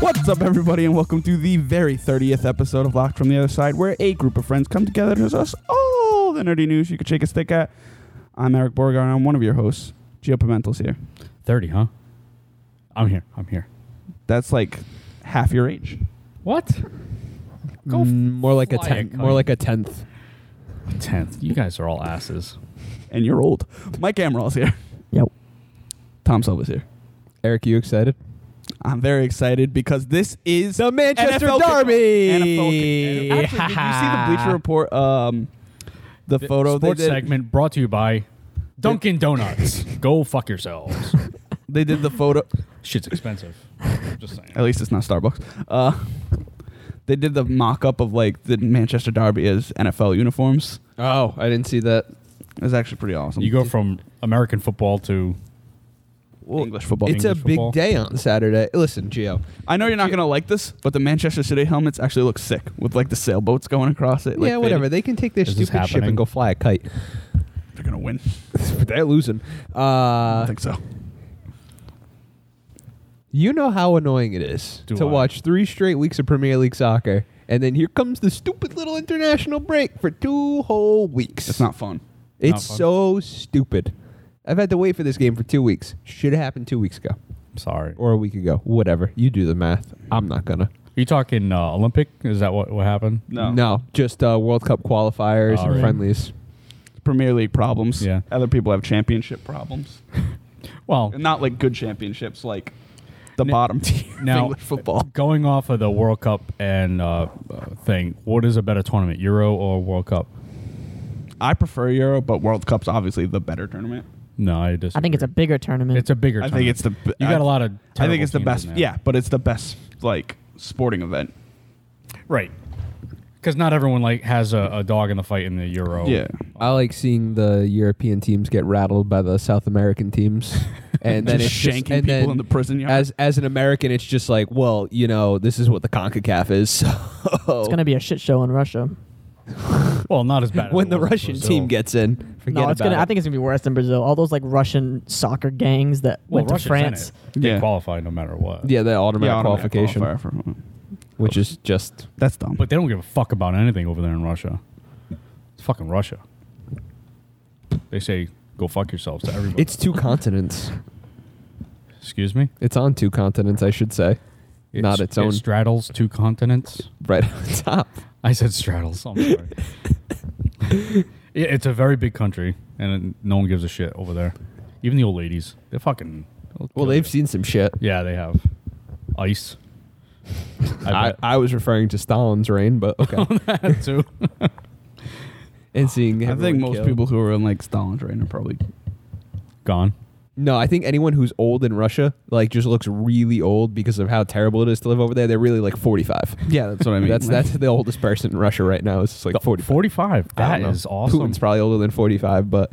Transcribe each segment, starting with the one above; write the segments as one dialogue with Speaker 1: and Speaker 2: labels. Speaker 1: What's up, everybody, and welcome to the very 30th episode of Locked from the Other Side, where a group of friends come together to discuss all the nerdy news you could shake a stick at. I'm Eric Borgar, and I'm one of your hosts. Gio Pimentel's here.
Speaker 2: 30, huh? I'm here. I'm here.
Speaker 1: That's like half your age.
Speaker 2: What? Go f-
Speaker 3: Mm, more like a
Speaker 2: fly a
Speaker 3: tenth.
Speaker 2: kite.
Speaker 3: More like a tenth.
Speaker 2: 10th. You guys are all asses.
Speaker 1: and you're old. Mike Amaril's here.
Speaker 3: Yep.
Speaker 1: Tom Silva's here.
Speaker 3: Eric, you excited?
Speaker 1: I'm very excited because this is
Speaker 3: The Manchester
Speaker 1: NFL kick-
Speaker 3: Derby.
Speaker 1: NFL kick- Actually, did you see the Bleacher Report? Um, the photo they
Speaker 2: Sports
Speaker 1: did.
Speaker 2: segment brought to you by Dunkin' Donuts. Go fuck yourselves.
Speaker 1: They did the photo.
Speaker 2: Shit's expensive. Just saying.
Speaker 1: At least it's not Starbucks. Uh, they did the mock-up of like the Manchester Derby as NFL uniforms.
Speaker 3: Oh, I didn't see that.
Speaker 1: It was actually pretty awesome.
Speaker 2: You go from American football to
Speaker 1: English football.
Speaker 3: It's
Speaker 2: English
Speaker 3: a big
Speaker 2: football.
Speaker 3: day on Saturday. Listen, Gio.
Speaker 1: I know you're not gonna like this, but the Manchester City helmets actually look sick with like the sailboats going across it. Like,
Speaker 3: yeah,
Speaker 1: they-
Speaker 3: whatever. They can take their
Speaker 2: This is
Speaker 3: stupid ship
Speaker 2: happening.
Speaker 3: and go fly a kite.
Speaker 1: They're gonna win.
Speaker 3: They're losing.
Speaker 1: I
Speaker 3: Uh,
Speaker 1: think so.
Speaker 3: you know how annoying it is
Speaker 2: Do
Speaker 3: to
Speaker 2: I?
Speaker 3: watch three straight weeks of Premier League soccer, and then here comes the stupid little international break for two whole weeks.
Speaker 1: It's not fun.
Speaker 3: It's
Speaker 2: fun.
Speaker 3: so stupid. I've had to wait for this game for two weeks. Should have happened two weeks ago
Speaker 2: sorry. Or
Speaker 3: or a week ago. Whatever. You do the math. I'm not gonna.
Speaker 2: are you talking uh, Olympic? Is that what, what happened?
Speaker 1: No.
Speaker 3: just uh, World Cup qualifiers
Speaker 2: All
Speaker 3: and
Speaker 2: right.
Speaker 3: friendlies.
Speaker 1: Premier League problems.
Speaker 2: Yeah.
Speaker 1: Other people have championship problems.
Speaker 2: Well,
Speaker 1: And not like good championships, like the
Speaker 2: N-
Speaker 1: bottom tier of
Speaker 2: now
Speaker 1: English football.
Speaker 2: Going off of the World Cup and uh, uh, thing, what is a better tournament, Euro or World Cup?
Speaker 1: I prefer Euro, but World Cup's obviously the better tournament.
Speaker 2: No, I just.
Speaker 4: I think it's a bigger tournament.
Speaker 2: It's a bigger.
Speaker 1: I think
Speaker 2: tournament.
Speaker 1: it's the. b-
Speaker 2: You
Speaker 1: I-
Speaker 2: got a lot of.
Speaker 1: I think
Speaker 2: terrible
Speaker 1: it's the
Speaker 2: teams
Speaker 1: best.
Speaker 2: in there.
Speaker 1: Yeah, but it's the best like sporting event.
Speaker 2: Right. Because not everyone like has a, a dog in the fight in the Euro.
Speaker 1: Yeah.
Speaker 3: I like seeing the European teams get rattled by the South American teams, and then
Speaker 1: Just
Speaker 3: it's just-
Speaker 1: shanking
Speaker 3: and
Speaker 1: people
Speaker 3: then
Speaker 1: in the prison yard.
Speaker 3: As as an American, it's just like, well, you know, this is what the Concacaf is. So
Speaker 4: It's going to be a shit show in Russia.
Speaker 2: Well, not as bad. as
Speaker 3: when
Speaker 2: it
Speaker 3: the
Speaker 2: was in
Speaker 3: Russian
Speaker 2: Brazil.
Speaker 3: team gets in, forget
Speaker 4: no, it's
Speaker 3: about
Speaker 4: gonna.
Speaker 3: it.
Speaker 4: I think it's gonna be worse than Brazil. All those like Russian soccer gangs that
Speaker 2: well,
Speaker 4: went to
Speaker 2: Russia's in
Speaker 4: France.
Speaker 2: it. They
Speaker 1: Yeah.
Speaker 2: qualify no matter what.
Speaker 3: yeah, the automatic
Speaker 1: automatic
Speaker 3: qualification,
Speaker 1: qualifier for- uh,
Speaker 3: which is just
Speaker 1: that's dumb.
Speaker 2: But they don't give a fuck about anything over there in Russia. It's fucking Russia. They say go fuck yourselves to everybody.
Speaker 3: it's two continents.
Speaker 2: Excuse me.
Speaker 3: It's on two continents, I should say, not its own
Speaker 2: It straddles two continents.
Speaker 3: right on top.
Speaker 2: I said straddles. I'm sorry. It- it's a very big country, and no one gives a shit over there. Even the old ladies, they're fucking. they'll
Speaker 3: Well,
Speaker 2: kill
Speaker 3: they've
Speaker 2: you.
Speaker 3: seen some shit.
Speaker 2: Yeah, they have ice.
Speaker 3: I,
Speaker 2: bet. Oh,
Speaker 3: I was referring to Stalin's reign, but okay.
Speaker 2: that too.
Speaker 3: and seeing,
Speaker 1: I think
Speaker 3: everyone
Speaker 1: most
Speaker 3: killed.
Speaker 1: people who are in like Stalin's reign are probably
Speaker 2: Gone.
Speaker 3: No, I think anyone who's old in Russia like just looks really old because of how terrible it is to live over there. They're really like forty-five.
Speaker 1: Yeah, that's what I mean.
Speaker 3: that's
Speaker 1: Like-
Speaker 3: that's the oldest person in Russia right now. It's just like forty.
Speaker 2: 45.
Speaker 3: I
Speaker 2: That
Speaker 3: don't know.
Speaker 2: is awesome.
Speaker 3: Putin's probably older than forty-five, but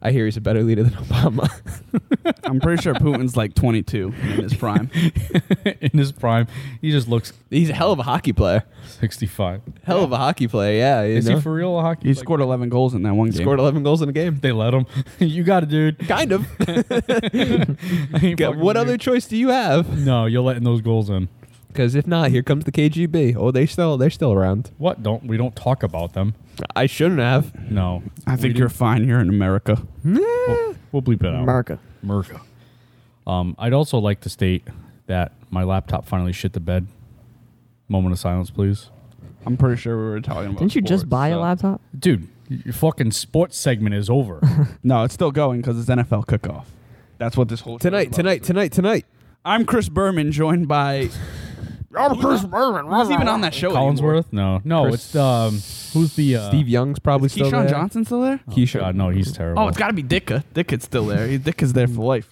Speaker 3: I hear he's a better leader than Obama.
Speaker 1: I'm pretty sure Putin's like 22 in his prime.
Speaker 2: In his prime, he just looks
Speaker 3: he's a hell of a hockey player.
Speaker 2: 65.
Speaker 3: Hell of a hockey player. Yeah, you
Speaker 2: Is
Speaker 3: know?
Speaker 2: he for real a hockey?
Speaker 1: He
Speaker 2: like,
Speaker 1: scored 11 goals in that one
Speaker 3: He
Speaker 1: game.
Speaker 3: scored eleven goals in a game.
Speaker 2: They let him. you got it, dude.
Speaker 3: Kind of.
Speaker 2: I ain't
Speaker 3: Got-
Speaker 2: fucking
Speaker 3: what
Speaker 2: with
Speaker 3: other
Speaker 2: you.
Speaker 3: choice do you have?
Speaker 2: no, you're letting those goals in.
Speaker 3: Because if not, here comes the KGB. Oh, they still they're still around.
Speaker 2: What? Don't we don't talk about them?
Speaker 3: I shouldn't have.
Speaker 2: No.
Speaker 1: I
Speaker 2: We
Speaker 1: think
Speaker 2: do-
Speaker 1: you're fine. You're in America.
Speaker 2: We'll, we'll bleep it out.
Speaker 4: America.
Speaker 2: Merca. Um, I'd also like to state that my laptop finally shit the bed. Moment of silence, please.
Speaker 1: I'm pretty sure we were talking about.
Speaker 4: Didn't you just
Speaker 1: sports,
Speaker 4: buy a
Speaker 1: so-
Speaker 4: laptop?
Speaker 2: Dude, your fucking sports segment is over.
Speaker 1: No, it's still going because it's NFL kickoff. That's what this whole show's
Speaker 3: Tonight,
Speaker 1: about.
Speaker 3: tonight, tonight, tonight.
Speaker 1: I'm Chris Berman, joined by. I'm Chris Berman. Who's even on that show? anymore?
Speaker 2: Collinsworth? No, no.
Speaker 3: Chris-
Speaker 2: It's um, who's the uh,
Speaker 3: Steve Young's probably
Speaker 1: Is
Speaker 3: still
Speaker 1: Keyshawn
Speaker 3: there.
Speaker 1: Johnson still there?
Speaker 3: Keyshawn.
Speaker 2: God, Uh, no, he's terrible.
Speaker 1: Oh, it's got to be Dicka. Dicka's still there. He- Dicka's there for life.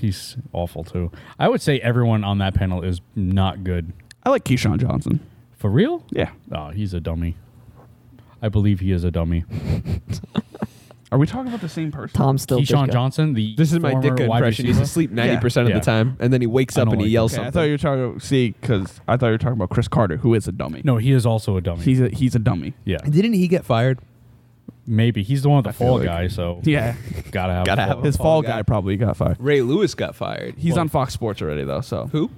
Speaker 2: he's awful too. I would say everyone on that panel is not good.
Speaker 1: I like Keyshawn Johnson.
Speaker 2: For real?
Speaker 1: Yeah.
Speaker 2: No, he's a dummy. I believe he is a dummy.
Speaker 1: Are we talking about the same person?
Speaker 4: Tom still.
Speaker 2: Keyshawn
Speaker 4: Dicka.
Speaker 2: Johnson, the
Speaker 3: This is my
Speaker 2: former
Speaker 3: dick
Speaker 2: wide
Speaker 3: impression. He's
Speaker 2: receiver?
Speaker 3: asleep ninety percent of
Speaker 2: Yeah.
Speaker 3: the time, and then he wakes
Speaker 2: I
Speaker 3: up
Speaker 2: don't
Speaker 3: and he
Speaker 2: like
Speaker 3: yells
Speaker 1: Okay, I thought
Speaker 3: something.
Speaker 1: you were talking. See, because I thought you were talking about Chris Carter, who is a dummy.
Speaker 2: No, he is also a dummy.
Speaker 1: he's a he's a dummy.
Speaker 2: yeah,
Speaker 3: Didn't he get fired?
Speaker 2: maybe he's the one with the fall
Speaker 3: feel like-
Speaker 2: guy. So
Speaker 1: Yeah,
Speaker 2: gotta have
Speaker 3: Gotta
Speaker 2: fall.
Speaker 3: have
Speaker 1: his
Speaker 3: Fall
Speaker 1: fall
Speaker 3: guy.
Speaker 1: guy probably got fired.
Speaker 3: Ray Lewis got fired.
Speaker 1: He's on Fox Sports already though, so
Speaker 3: Who?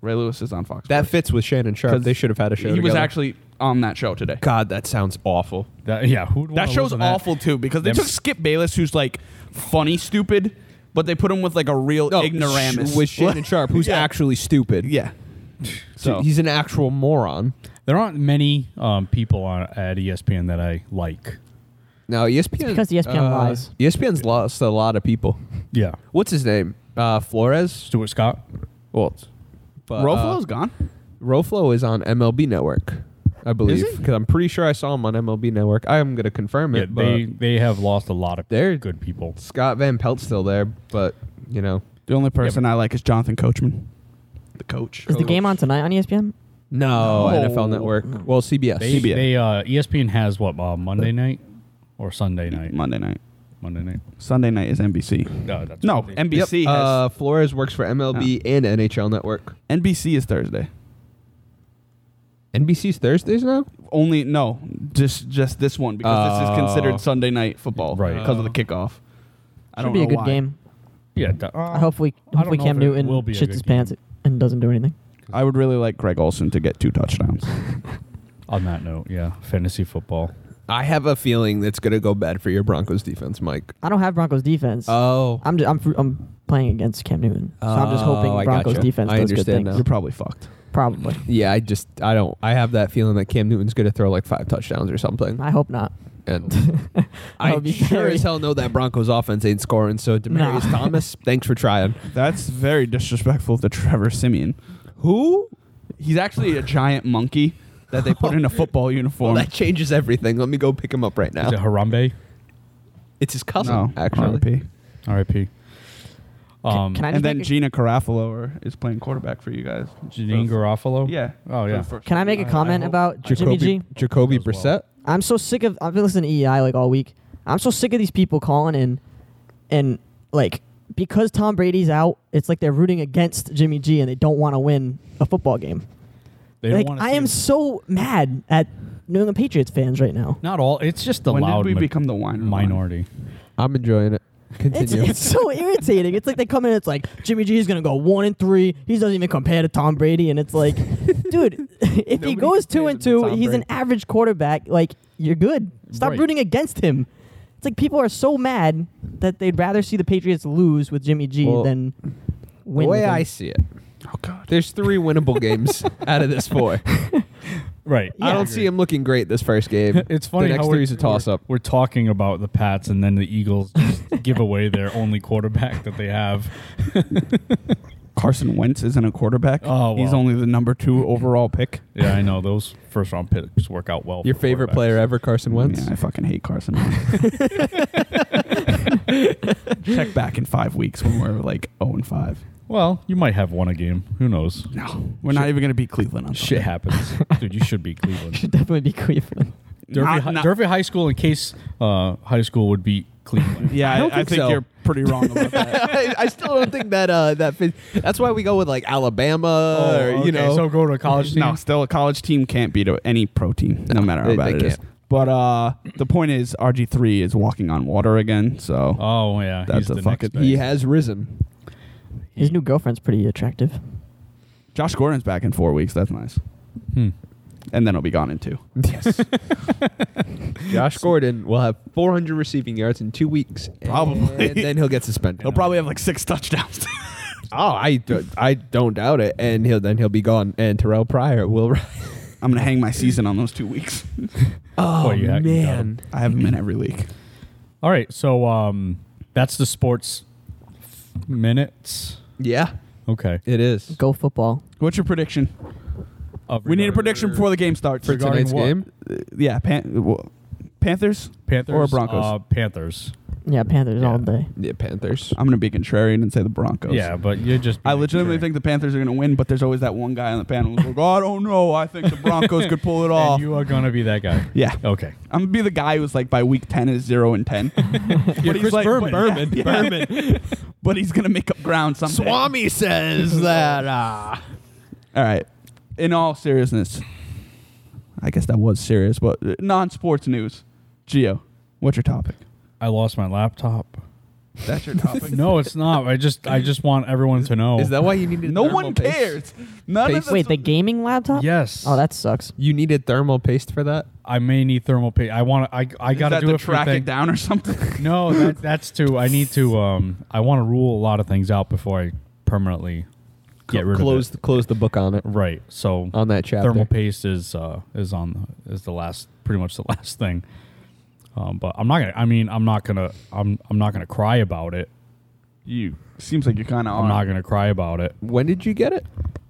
Speaker 1: Ray Lewis is on Fox.
Speaker 3: That
Speaker 1: Sports.
Speaker 3: fits with Shannon Sharp.
Speaker 1: 'Cause
Speaker 3: They should have had a
Speaker 1: He
Speaker 3: show.
Speaker 1: was
Speaker 3: together.
Speaker 1: actually on that show today.
Speaker 3: God, that sounds awful.
Speaker 2: That, yeah, who'd wanna
Speaker 1: That show's
Speaker 2: listen to
Speaker 1: awful too because they
Speaker 2: Them-
Speaker 1: took Skip Bayless, who's like funny, stupid, but they put him with like a real ignoramus.
Speaker 3: Sh- with Shannon Sharp, who's
Speaker 1: Yeah.
Speaker 3: actually stupid.
Speaker 1: yeah.
Speaker 3: so he's an actual moron.
Speaker 2: There aren't many um, people on, at E ESPN that I like.
Speaker 3: No, ESPN
Speaker 4: because E ESPN
Speaker 3: uh,
Speaker 4: lies.
Speaker 3: ESPN's lost a lot of people.
Speaker 2: Yeah,
Speaker 3: What's his name? Uh, Flores.
Speaker 2: Stuart Scott.
Speaker 3: Well, but,
Speaker 1: Roflo's
Speaker 3: uh,
Speaker 1: gone.
Speaker 3: Roflo is on MLB Network, I believe.
Speaker 1: he?
Speaker 3: Because I'm pretty sure I saw him on MLB Network. I am gonna confirm it.
Speaker 2: Yeah,
Speaker 3: but
Speaker 2: they they have lost a lot of
Speaker 3: They're-
Speaker 2: good people.
Speaker 3: Scott Van Pelt's still there, but you know,
Speaker 1: The only person I like is Jonathan Coachman, the coach.
Speaker 4: Is the game on tonight on E ESPN?
Speaker 3: no,
Speaker 1: No.
Speaker 3: NFL Network. Well, CBS.
Speaker 2: They,
Speaker 1: CBS.
Speaker 2: they uh, ESPN has what uh, Monday night or Sunday night?
Speaker 1: Monday night.
Speaker 2: Monday night.
Speaker 1: Sunday night is NBC.
Speaker 2: No, that's
Speaker 1: No,
Speaker 2: Monday.
Speaker 3: Yep.
Speaker 1: NBC has
Speaker 3: Uh, Flores works for MLB and NHL Network.
Speaker 1: NBC is Thursday.
Speaker 3: NBC's Thursdays now.
Speaker 1: Only no, just just this one because this is
Speaker 3: Oh.
Speaker 1: considered Sunday night football,
Speaker 2: Right.
Speaker 1: Because of the kickoff. I
Speaker 4: Should
Speaker 1: don't
Speaker 4: be
Speaker 1: know
Speaker 4: a good
Speaker 1: why.
Speaker 4: game.
Speaker 2: yeah. uh, that-
Speaker 4: I hope we
Speaker 2: don't
Speaker 4: hopefully
Speaker 2: know
Speaker 4: Cam
Speaker 2: if it
Speaker 4: Newton
Speaker 2: will be a
Speaker 4: shits
Speaker 2: good
Speaker 4: his
Speaker 2: game.
Speaker 4: pants and doesn't do anything.
Speaker 1: I would really like Greg Olson to get two touchdowns.
Speaker 2: on that note, yeah, fantasy football.
Speaker 3: I have a feeling that's gonna go bad for your Broncos defense, Mike.
Speaker 4: I don't have Broncos defense.
Speaker 3: Oh,
Speaker 4: I'm just, I'm fr- I'm playing against Cam Newton, so I'm just hoping
Speaker 3: Oh, I
Speaker 4: Broncos
Speaker 3: gotcha.
Speaker 4: defense
Speaker 3: I
Speaker 4: does good
Speaker 3: understand
Speaker 4: things.
Speaker 3: now.
Speaker 1: You're probably fucked.
Speaker 4: Probably.
Speaker 3: yeah. I just I don't. I have that feeling that Cam Newton's gonna throw like five touchdowns or something.
Speaker 4: I hope not.
Speaker 3: And I
Speaker 4: That would be
Speaker 3: sure
Speaker 4: very-
Speaker 3: as hell know that Broncos offense ain't scoring. So Demarius
Speaker 4: Nah.
Speaker 3: Thomas, thanks for trying.
Speaker 1: That's very disrespectful to Trevor Simeon.
Speaker 3: Who?
Speaker 1: He's actually a giant monkey that they put in a football
Speaker 3: Well,
Speaker 1: uniform.
Speaker 3: that changes everything. Let me go pick him up right now.
Speaker 2: Is it Harambe?
Speaker 3: It's his cousin,
Speaker 1: no,
Speaker 3: actually.
Speaker 1: RIP.
Speaker 2: R.I.P. Um,
Speaker 4: can I
Speaker 1: And
Speaker 4: just
Speaker 1: then
Speaker 4: make a-
Speaker 1: Gina Carafalo is playing quarterback for you guys.
Speaker 2: Janine Garofalo?
Speaker 1: Yeah.
Speaker 2: Oh yeah.
Speaker 4: Can I make a
Speaker 2: I- I
Speaker 4: comment
Speaker 2: hope-
Speaker 4: about Uh, Jimmy
Speaker 3: Jacoby,
Speaker 4: G?
Speaker 3: Jacoby
Speaker 2: As well.
Speaker 3: Brissett.
Speaker 4: I'm so sick of I've been listening to EI like all week. I'm so sick of these people calling in and like because Tom Brady's out, it's like they're rooting against Jimmy G and they don't want to win a football game.
Speaker 2: They don't
Speaker 4: like
Speaker 2: wanna
Speaker 4: I
Speaker 2: see
Speaker 4: am
Speaker 2: him.
Speaker 4: so mad at New England Patriots fans right now.
Speaker 2: Not all. It's just the
Speaker 1: When
Speaker 2: loud
Speaker 1: did we
Speaker 2: ma-
Speaker 1: become the wine
Speaker 2: minority.
Speaker 3: I'm enjoying it.
Speaker 4: It's,
Speaker 3: Continue.
Speaker 4: it's so irritating. It's like they come in, it's like Jimmy G is gonna go one and three. He doesn't even compare to Tom Brady, and it's like, dude, if
Speaker 1: Nobody
Speaker 4: he goes two
Speaker 1: compares
Speaker 4: and
Speaker 1: him to
Speaker 4: two,
Speaker 1: Tom
Speaker 4: he's an
Speaker 1: Brady.
Speaker 4: average quarterback. Like you're good. Stop
Speaker 2: Right.
Speaker 4: rooting against him. It's like people are so mad that they'd rather see the Patriots lose with Jimmy G
Speaker 3: Well,
Speaker 4: than
Speaker 3: the
Speaker 4: win.
Speaker 3: way
Speaker 4: with him.
Speaker 3: I see it,
Speaker 1: Oh God.
Speaker 3: there's three winnable games out of this four.
Speaker 2: Right.
Speaker 3: I
Speaker 4: Yeah.
Speaker 3: don't see him looking great this first game.
Speaker 2: It's funny
Speaker 3: The next
Speaker 2: how
Speaker 3: three
Speaker 2: we're,
Speaker 3: is a toss
Speaker 2: we're-
Speaker 3: up.
Speaker 2: We're talking about the Pats and then the Eagles just give away their only quarterback that they have.
Speaker 1: Carson Wentz isn't a quarterback.
Speaker 2: Oh,
Speaker 1: he's
Speaker 2: wow.
Speaker 1: only the number two overall pick.
Speaker 2: Yeah, I know those first round picks work out well.
Speaker 3: Your
Speaker 2: for
Speaker 3: favorite
Speaker 2: quarterbacks.
Speaker 3: player ever, Carson Wentz.
Speaker 1: Yeah, I fucking hate Carson. Wentz. Check back in five weeks when we're like zero and five.
Speaker 2: Well, you might have won a game. Who knows?
Speaker 1: No, we're not even gonna beat Cleveland on
Speaker 2: Shit
Speaker 1: Sunday.
Speaker 2: happens, dude. You should be Cleveland.
Speaker 4: should definitely be Cleveland.
Speaker 2: Derby,
Speaker 1: Not-
Speaker 2: Hi-
Speaker 1: not-
Speaker 2: Derby High School, in case uh, high school would beat Cleveland.
Speaker 1: yeah,
Speaker 3: I
Speaker 1: I,
Speaker 3: don't
Speaker 1: I
Speaker 3: think
Speaker 1: think,
Speaker 3: so.
Speaker 1: you're pretty wrong about that.
Speaker 3: I, I still don't think that uh, that fits. That's why we go with like Alabama or you know.
Speaker 2: Oh, so go to a college team.
Speaker 1: no, still a college team can't beat a, any pro team, no, matter how
Speaker 3: they-
Speaker 1: bad
Speaker 3: they
Speaker 1: it is.
Speaker 3: can't.
Speaker 1: But uh, the point is, RG three is walking on water again. So
Speaker 2: Oh yeah,
Speaker 1: That's
Speaker 2: he's
Speaker 1: a
Speaker 2: the
Speaker 1: fucking-
Speaker 2: next
Speaker 3: he
Speaker 2: thing.
Speaker 3: has risen.
Speaker 4: His new girlfriend's pretty attractive.
Speaker 1: Josh Gordon's back in four weeks. That's nice.
Speaker 2: Hmm.
Speaker 1: And then he'll be gone in two.
Speaker 3: Yes. Josh Gordon will have 400 receiving yards in two weeks.
Speaker 1: Probably.
Speaker 3: And then he'll get suspended.
Speaker 1: He'll probably have like six touchdowns.
Speaker 3: Oh, I, do- I don't doubt it. And he'll then he'll be gone. And Terrell Pryor will. ri-
Speaker 1: I'm gonna hang my season on those two weeks.
Speaker 3: Oh,
Speaker 2: Well, you ha- you got
Speaker 3: man.
Speaker 1: I have him in every league.
Speaker 2: All right, so um, that's the sports f- minutes.
Speaker 3: Yeah,
Speaker 2: Okay.
Speaker 3: it is.
Speaker 4: Go football.
Speaker 1: What's your prediction?
Speaker 2: Of
Speaker 1: We need a
Speaker 2: regard-
Speaker 1: prediction before the game starts.
Speaker 3: For
Speaker 2: Regarding
Speaker 3: tonight's
Speaker 2: what?
Speaker 3: game,
Speaker 1: Uh, yeah, Pan- w- Panthers.
Speaker 2: Panthers
Speaker 1: or Broncos.
Speaker 2: Uh, Panthers.
Speaker 4: Yeah, Panthers all day.
Speaker 3: yeah, Panthers.
Speaker 1: I'm gonna be contrarian and say the Broncos.
Speaker 2: Yeah, but you're just.
Speaker 1: I legitimately think the Panthers are gonna win, but there's always that one guy on the panel who's like, "Oh, "I don't know. I think the Broncos could pull it
Speaker 2: And
Speaker 1: off."
Speaker 2: you are gonna be that guy.
Speaker 1: yeah,
Speaker 2: Okay.
Speaker 1: I'm gonna be the guy who's like, by week ten is zero and ten. but he's
Speaker 2: Chris Berman.
Speaker 1: Berman, Berman. but he's gonna make up ground someday.
Speaker 3: says that. Uh,
Speaker 1: All right. In all seriousness, I guess that was serious, but uh, non sports news. Geo, what's your topic?
Speaker 2: I lost my laptop.
Speaker 1: That's your topic.
Speaker 2: No, it's not. I just I just want everyone to know.
Speaker 3: Is that why you needed?
Speaker 1: no
Speaker 3: thermal
Speaker 1: one
Speaker 3: paste?
Speaker 1: cares. None of
Speaker 3: Paste.
Speaker 1: the
Speaker 4: Wait, the gaming laptop?
Speaker 2: yes.
Speaker 4: Oh, that sucks.
Speaker 3: You needed thermal paste for that.
Speaker 2: I may need thermal paste. I want to. I I
Speaker 1: Is
Speaker 2: got to
Speaker 1: that
Speaker 2: do
Speaker 1: to
Speaker 2: it for
Speaker 1: track
Speaker 2: thing.
Speaker 1: it down or something.
Speaker 2: No, that, that's too. I need to. Um, I want to rule a lot of things out before I permanently get rid
Speaker 3: close
Speaker 2: of
Speaker 3: The, close the book on it
Speaker 2: it. Right. So
Speaker 3: on that chapter.
Speaker 2: thermal paste is uh is on is the last pretty much the last thing. Um, but I'm not gonna. I mean, I'm not gonna. I'm I'm not gonna cry about it.
Speaker 1: you seems like you're kind of on.
Speaker 2: I'm not gonna cry about it.
Speaker 3: When did you get it?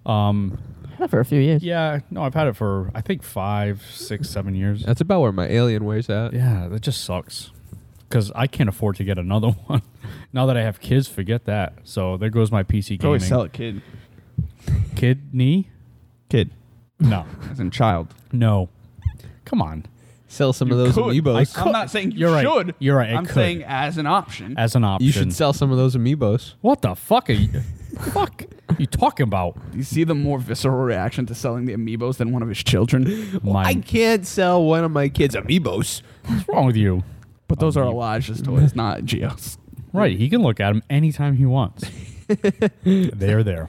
Speaker 2: Um,
Speaker 4: Had it for a few years.
Speaker 2: yeah. No, I've had it for I think five, six, seven years.
Speaker 3: That's about where my alien wears at.
Speaker 2: Yeah, that just sucks. Because I can't afford to get another one. now that I have kids, forget that. So there goes my PC
Speaker 1: You can
Speaker 2: gaming.
Speaker 1: always sell it, kid.
Speaker 2: Kidney?
Speaker 1: Kid,
Speaker 2: No,
Speaker 1: as in child.
Speaker 2: no. Come on.
Speaker 3: Sell some
Speaker 1: You
Speaker 3: of those
Speaker 1: could.
Speaker 3: amiibos.
Speaker 2: I
Speaker 1: I'm not saying you
Speaker 2: You're right.
Speaker 1: should.
Speaker 2: You're right, I
Speaker 1: I'm
Speaker 2: could.
Speaker 1: saying as an option.
Speaker 2: As an option.
Speaker 3: You should sell some of those amiibos.
Speaker 2: What the fuck are you? fuck you talking about?
Speaker 1: you see the more visceral reaction to selling the amiibos than one of his children.
Speaker 3: I
Speaker 2: Mine.
Speaker 3: can't sell one of my kids amiibos.
Speaker 2: What's wrong with you?
Speaker 1: But those are Elijah's toys, not Geo's.
Speaker 2: Right. He can look at them anytime he wants. they are there.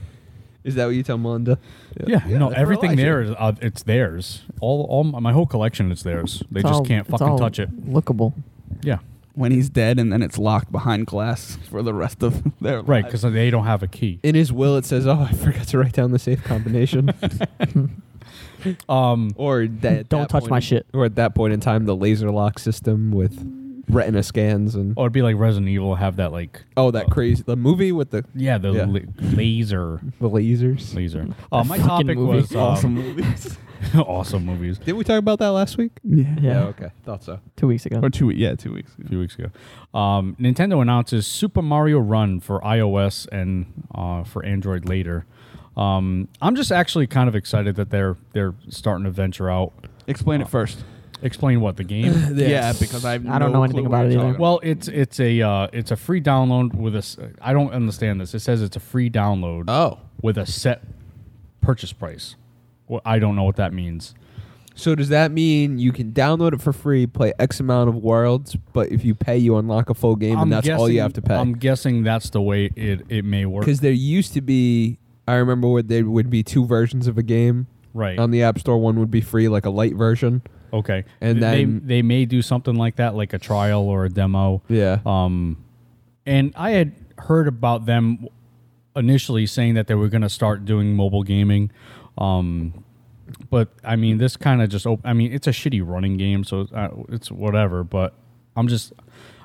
Speaker 3: Is that what you tell Melinda?
Speaker 2: Yeah. no,
Speaker 3: that's
Speaker 2: everything
Speaker 3: Elijah.
Speaker 2: there is uh, it's theirs. All all my, my whole collection is theirs. They
Speaker 4: It's
Speaker 2: just
Speaker 4: all-
Speaker 2: can't
Speaker 4: it's
Speaker 2: fucking
Speaker 4: all
Speaker 2: touch it.
Speaker 4: Lookable.
Speaker 2: Yeah.
Speaker 1: When he's dead, and then it's locked behind glass for the rest of their
Speaker 2: Right,
Speaker 1: lives.
Speaker 2: cuz they don't have a key.
Speaker 3: In his will, it says, "Oh, I forgot to write down the safe combination."
Speaker 2: Um
Speaker 3: or that at
Speaker 4: Don't
Speaker 3: that
Speaker 4: touch
Speaker 3: point-
Speaker 4: my shit.
Speaker 3: Or at that point in time, the laser lock system with retina scans and
Speaker 2: Oh, it'd be like Resident Evil have that like
Speaker 3: oh, that
Speaker 2: uh,
Speaker 3: crazy the movie with the
Speaker 2: yeah the
Speaker 3: Yeah.
Speaker 2: la- laser
Speaker 3: the lasers.
Speaker 2: laser. Uh, my
Speaker 4: fucking
Speaker 2: topic
Speaker 4: movie.
Speaker 2: was um,
Speaker 1: awesome movies.
Speaker 2: awesome movies
Speaker 3: Did we talk about that last week? Oh,
Speaker 1: Yeah.
Speaker 4: Yeah.
Speaker 3: okay, thought so.
Speaker 4: Two weeks ago.
Speaker 1: Or two, we- yeah, two weeks.
Speaker 2: a few weeks ago. Um, Nintendo announces Super Mario Run for iOS and uh, for Android later. Um, I'm just actually kind of excited that they're they're starting to venture out.
Speaker 1: Explain it first.
Speaker 2: Explain what the game.
Speaker 1: Yeah, because I've
Speaker 4: I don't
Speaker 1: no
Speaker 4: know anything
Speaker 1: clue
Speaker 4: about
Speaker 1: what
Speaker 4: it
Speaker 1: you're
Speaker 4: either.
Speaker 1: talking
Speaker 2: Well, it's it's a uh, it's a free download with a. s- I don't understand this. It says it's a free download.
Speaker 3: Oh,
Speaker 2: with a set purchase price. Well, I don't know what that means.
Speaker 3: so does that mean you can download it for free, play X amount of worlds, but if you pay, you unlock a full game,
Speaker 2: I'm
Speaker 3: and that's all
Speaker 2: guessing-
Speaker 3: you have to pay?
Speaker 2: I'm guessing that's the way it, it may work.
Speaker 3: Because there used to be, I remember where there would be two versions of a game
Speaker 2: Right.
Speaker 3: on the App Store. One would be free, like a light version.
Speaker 2: okay.
Speaker 3: and
Speaker 2: they
Speaker 3: then-
Speaker 2: they may do something like that, like a trial or a demo.
Speaker 3: Yeah.
Speaker 2: Um, and I had heard about them initially saying that they were going to start doing mobile gaming. Um, but I mean, this kind of just, op- I mean, it's a shitty running game, so uh, it's whatever. But I'm just,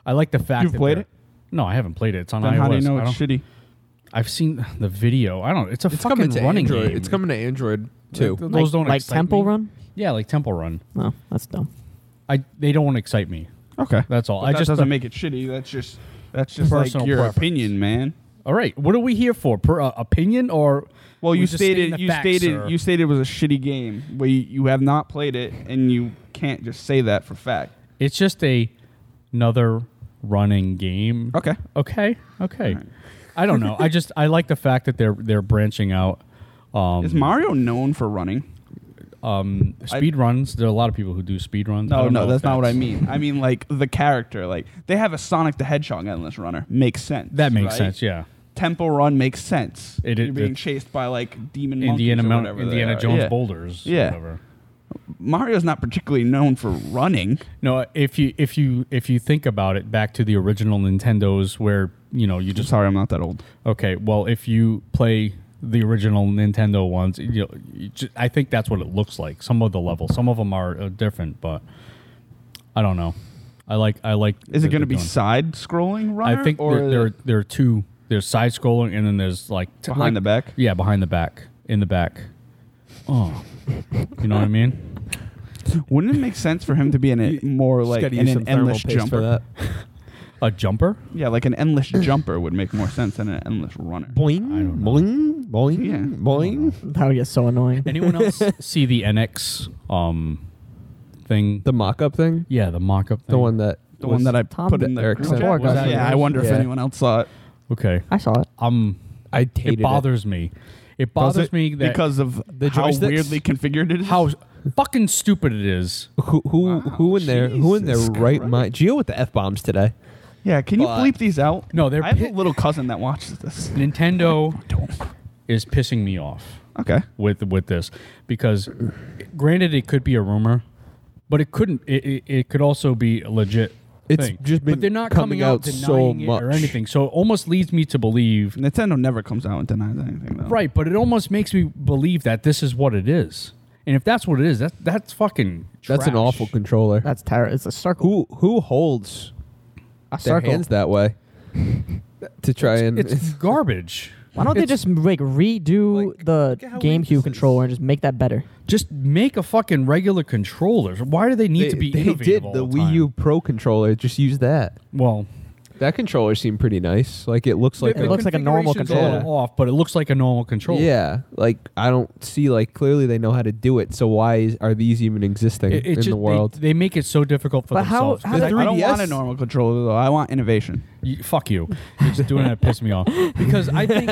Speaker 2: I like the fact
Speaker 1: You've
Speaker 2: that
Speaker 1: played
Speaker 2: they're-
Speaker 1: it?
Speaker 2: No, I haven't played it. It's on
Speaker 1: Then
Speaker 2: iOS.
Speaker 1: how do you know
Speaker 2: I
Speaker 1: it's
Speaker 2: don't-
Speaker 1: shitty?
Speaker 2: I've seen the video. I don't. It's a fucking running
Speaker 3: Android.
Speaker 2: game.
Speaker 3: It's coming to Android too.
Speaker 2: Th-
Speaker 4: like,
Speaker 2: Those don't
Speaker 4: like
Speaker 2: excite
Speaker 4: Temple
Speaker 2: me.
Speaker 4: Run?
Speaker 2: Yeah, like Temple Run.
Speaker 4: No, that's dumb.
Speaker 2: I they don't excite me.
Speaker 1: Okay,
Speaker 2: That's all.
Speaker 1: But
Speaker 2: I
Speaker 1: that
Speaker 2: just
Speaker 1: doesn't make it shitty. That's just that's just
Speaker 2: Personal
Speaker 1: like your
Speaker 2: preference.
Speaker 1: opinion, man.
Speaker 2: All right, what are we here for? Per, uh, opinion or?
Speaker 1: Well,
Speaker 2: we
Speaker 1: you
Speaker 2: just stating
Speaker 1: stated
Speaker 2: the
Speaker 1: you
Speaker 2: facts,
Speaker 1: stated
Speaker 2: sir?
Speaker 1: you stated it was a shitty game where you, you have not played it and you can't just say that for fact.
Speaker 2: It's just a another running game.
Speaker 1: Okay.
Speaker 2: Okay. Okay. I don't know. I just I like the fact that they're they're branching out. Um,
Speaker 1: Is Mario known for running?
Speaker 2: um, speed runs? There are a lot of people who do speed runs. I
Speaker 1: No,
Speaker 2: don't
Speaker 1: no,
Speaker 2: know
Speaker 1: that's
Speaker 2: if
Speaker 1: not what I mean. I mean like the character. Like they have a Sonic the Hedgehog endless runner. Makes sense.
Speaker 2: That makes
Speaker 1: right?
Speaker 2: sense. Yeah.
Speaker 1: Temple Run makes sense.
Speaker 2: It- it-
Speaker 1: You're being
Speaker 2: it-
Speaker 1: chased by like demon
Speaker 2: Indiana
Speaker 1: monkeys or
Speaker 2: Mount,
Speaker 1: whatever they
Speaker 2: Indiana
Speaker 1: are.
Speaker 2: Jones
Speaker 1: Yeah.
Speaker 2: boulders.
Speaker 1: Yeah.
Speaker 2: Whatever.
Speaker 1: Mario's not particularly known for running.
Speaker 2: No, if you if you if you think about it, back to the original Nintendo's, where you know you just
Speaker 1: Sorry, I'm not that old.
Speaker 2: okay. Well, if you play the original Nintendo ones, you know, you ju- I think that's what it looks like. Some of the levels, some of them are uh, different, but I don't know. I like I like.
Speaker 1: Is it
Speaker 2: that
Speaker 1: going to
Speaker 2: they're
Speaker 1: be
Speaker 2: doing-
Speaker 1: side scrolling runner?
Speaker 2: I think
Speaker 1: or
Speaker 2: there, there are, there are two. There's side scrolling, and then there's like t-
Speaker 1: behind the
Speaker 2: like-
Speaker 1: back.
Speaker 2: Yeah, behind the back, in the back. Oh, you know what I mean?
Speaker 1: Wouldn't it make sense for him to be in a more like
Speaker 3: Just gotta
Speaker 1: in
Speaker 3: use
Speaker 1: an
Speaker 3: some thermal
Speaker 1: endless
Speaker 3: paste
Speaker 1: jumper?
Speaker 3: for that.
Speaker 2: A jumper.
Speaker 1: Yeah, like an endless jumper would make more sense than an endless runner.
Speaker 2: I
Speaker 3: Boing,
Speaker 2: don't know.
Speaker 3: boing, boing,
Speaker 1: Yeah.
Speaker 3: boing.
Speaker 4: That would get so annoying.
Speaker 2: Anyone else see the NX um thing?
Speaker 3: The mock-up thing,
Speaker 2: yeah, the mock-up.
Speaker 3: the one that
Speaker 1: The one that I
Speaker 4: Tom
Speaker 1: put in the
Speaker 3: Eric
Speaker 1: group
Speaker 3: sent.
Speaker 1: chat.
Speaker 4: Was that
Speaker 1: Yeah, I
Speaker 2: yours?
Speaker 1: wonder if
Speaker 3: Yeah.
Speaker 1: anyone else saw it
Speaker 2: Okay,
Speaker 4: I saw it.
Speaker 2: um,
Speaker 3: I
Speaker 2: it
Speaker 3: hated
Speaker 2: bothers me. It bothers
Speaker 3: it?
Speaker 2: me that
Speaker 1: because of
Speaker 3: The
Speaker 1: how
Speaker 3: joysticks?
Speaker 1: weirdly configured it is.
Speaker 2: how fucking stupid it is.
Speaker 3: Who who
Speaker 1: Wow,
Speaker 3: who in their who in their
Speaker 1: Jesus
Speaker 3: right
Speaker 1: Christ.
Speaker 3: mind? Geo with the f bombs today.
Speaker 1: Yeah, can you
Speaker 3: But-
Speaker 1: bleep these out?
Speaker 2: No, they're
Speaker 1: I have
Speaker 2: pi-
Speaker 1: a little cousin that watches this.
Speaker 2: Nintendo is pissing me off
Speaker 1: Okay.
Speaker 2: with with this because, granted, it could be a rumor, but it couldn't. It, it, it could also be a legit.
Speaker 3: It's
Speaker 2: thing.
Speaker 3: just been
Speaker 2: but they're not
Speaker 3: coming
Speaker 2: coming,
Speaker 3: out
Speaker 2: out,
Speaker 3: so
Speaker 2: denying it or
Speaker 3: much.
Speaker 2: anything. So it almost leads me to believe
Speaker 1: Nintendo never comes out and denies anything though.
Speaker 2: Right, but it almost makes me believe that this is what it is. And if that's what it is, that that's fucking
Speaker 3: That's an
Speaker 2: trash.
Speaker 3: awful controller.
Speaker 4: That's terrible. It's a circle.
Speaker 3: who who holds
Speaker 4: a
Speaker 3: their
Speaker 4: circle.
Speaker 3: hands that way to try and
Speaker 2: It's garbage.
Speaker 4: Why don't they
Speaker 2: It's-
Speaker 4: just like redo
Speaker 3: Like,
Speaker 4: the
Speaker 3: look at how weak this
Speaker 4: GameCube
Speaker 3: is.
Speaker 4: controller and just make that better?
Speaker 2: just make a fucking regular controller? Why do they need
Speaker 3: they,
Speaker 2: to be
Speaker 3: they
Speaker 2: innovative
Speaker 3: did
Speaker 2: all
Speaker 3: the
Speaker 2: time?
Speaker 3: Wii U Pro controller. Just use that.
Speaker 2: Well,
Speaker 3: That controller seemed pretty nice. Like it looks like
Speaker 2: the- the
Speaker 4: looks like a normal
Speaker 2: configuration's a little
Speaker 3: controller.
Speaker 2: off, but it looks like a normal controller.
Speaker 3: Yeah, like I don't see like clearly they know how to do it. So why is, are these even existing
Speaker 2: It- it's
Speaker 3: in
Speaker 2: just-
Speaker 3: the world?
Speaker 2: They, they make it so difficult for
Speaker 4: But how-
Speaker 2: themselves.
Speaker 4: how
Speaker 1: I
Speaker 4: The
Speaker 1: I don't
Speaker 3: 3DS?
Speaker 1: want a normal controller though. I want innovation.
Speaker 2: You- fuck you. You're just doing that to piss me off because I think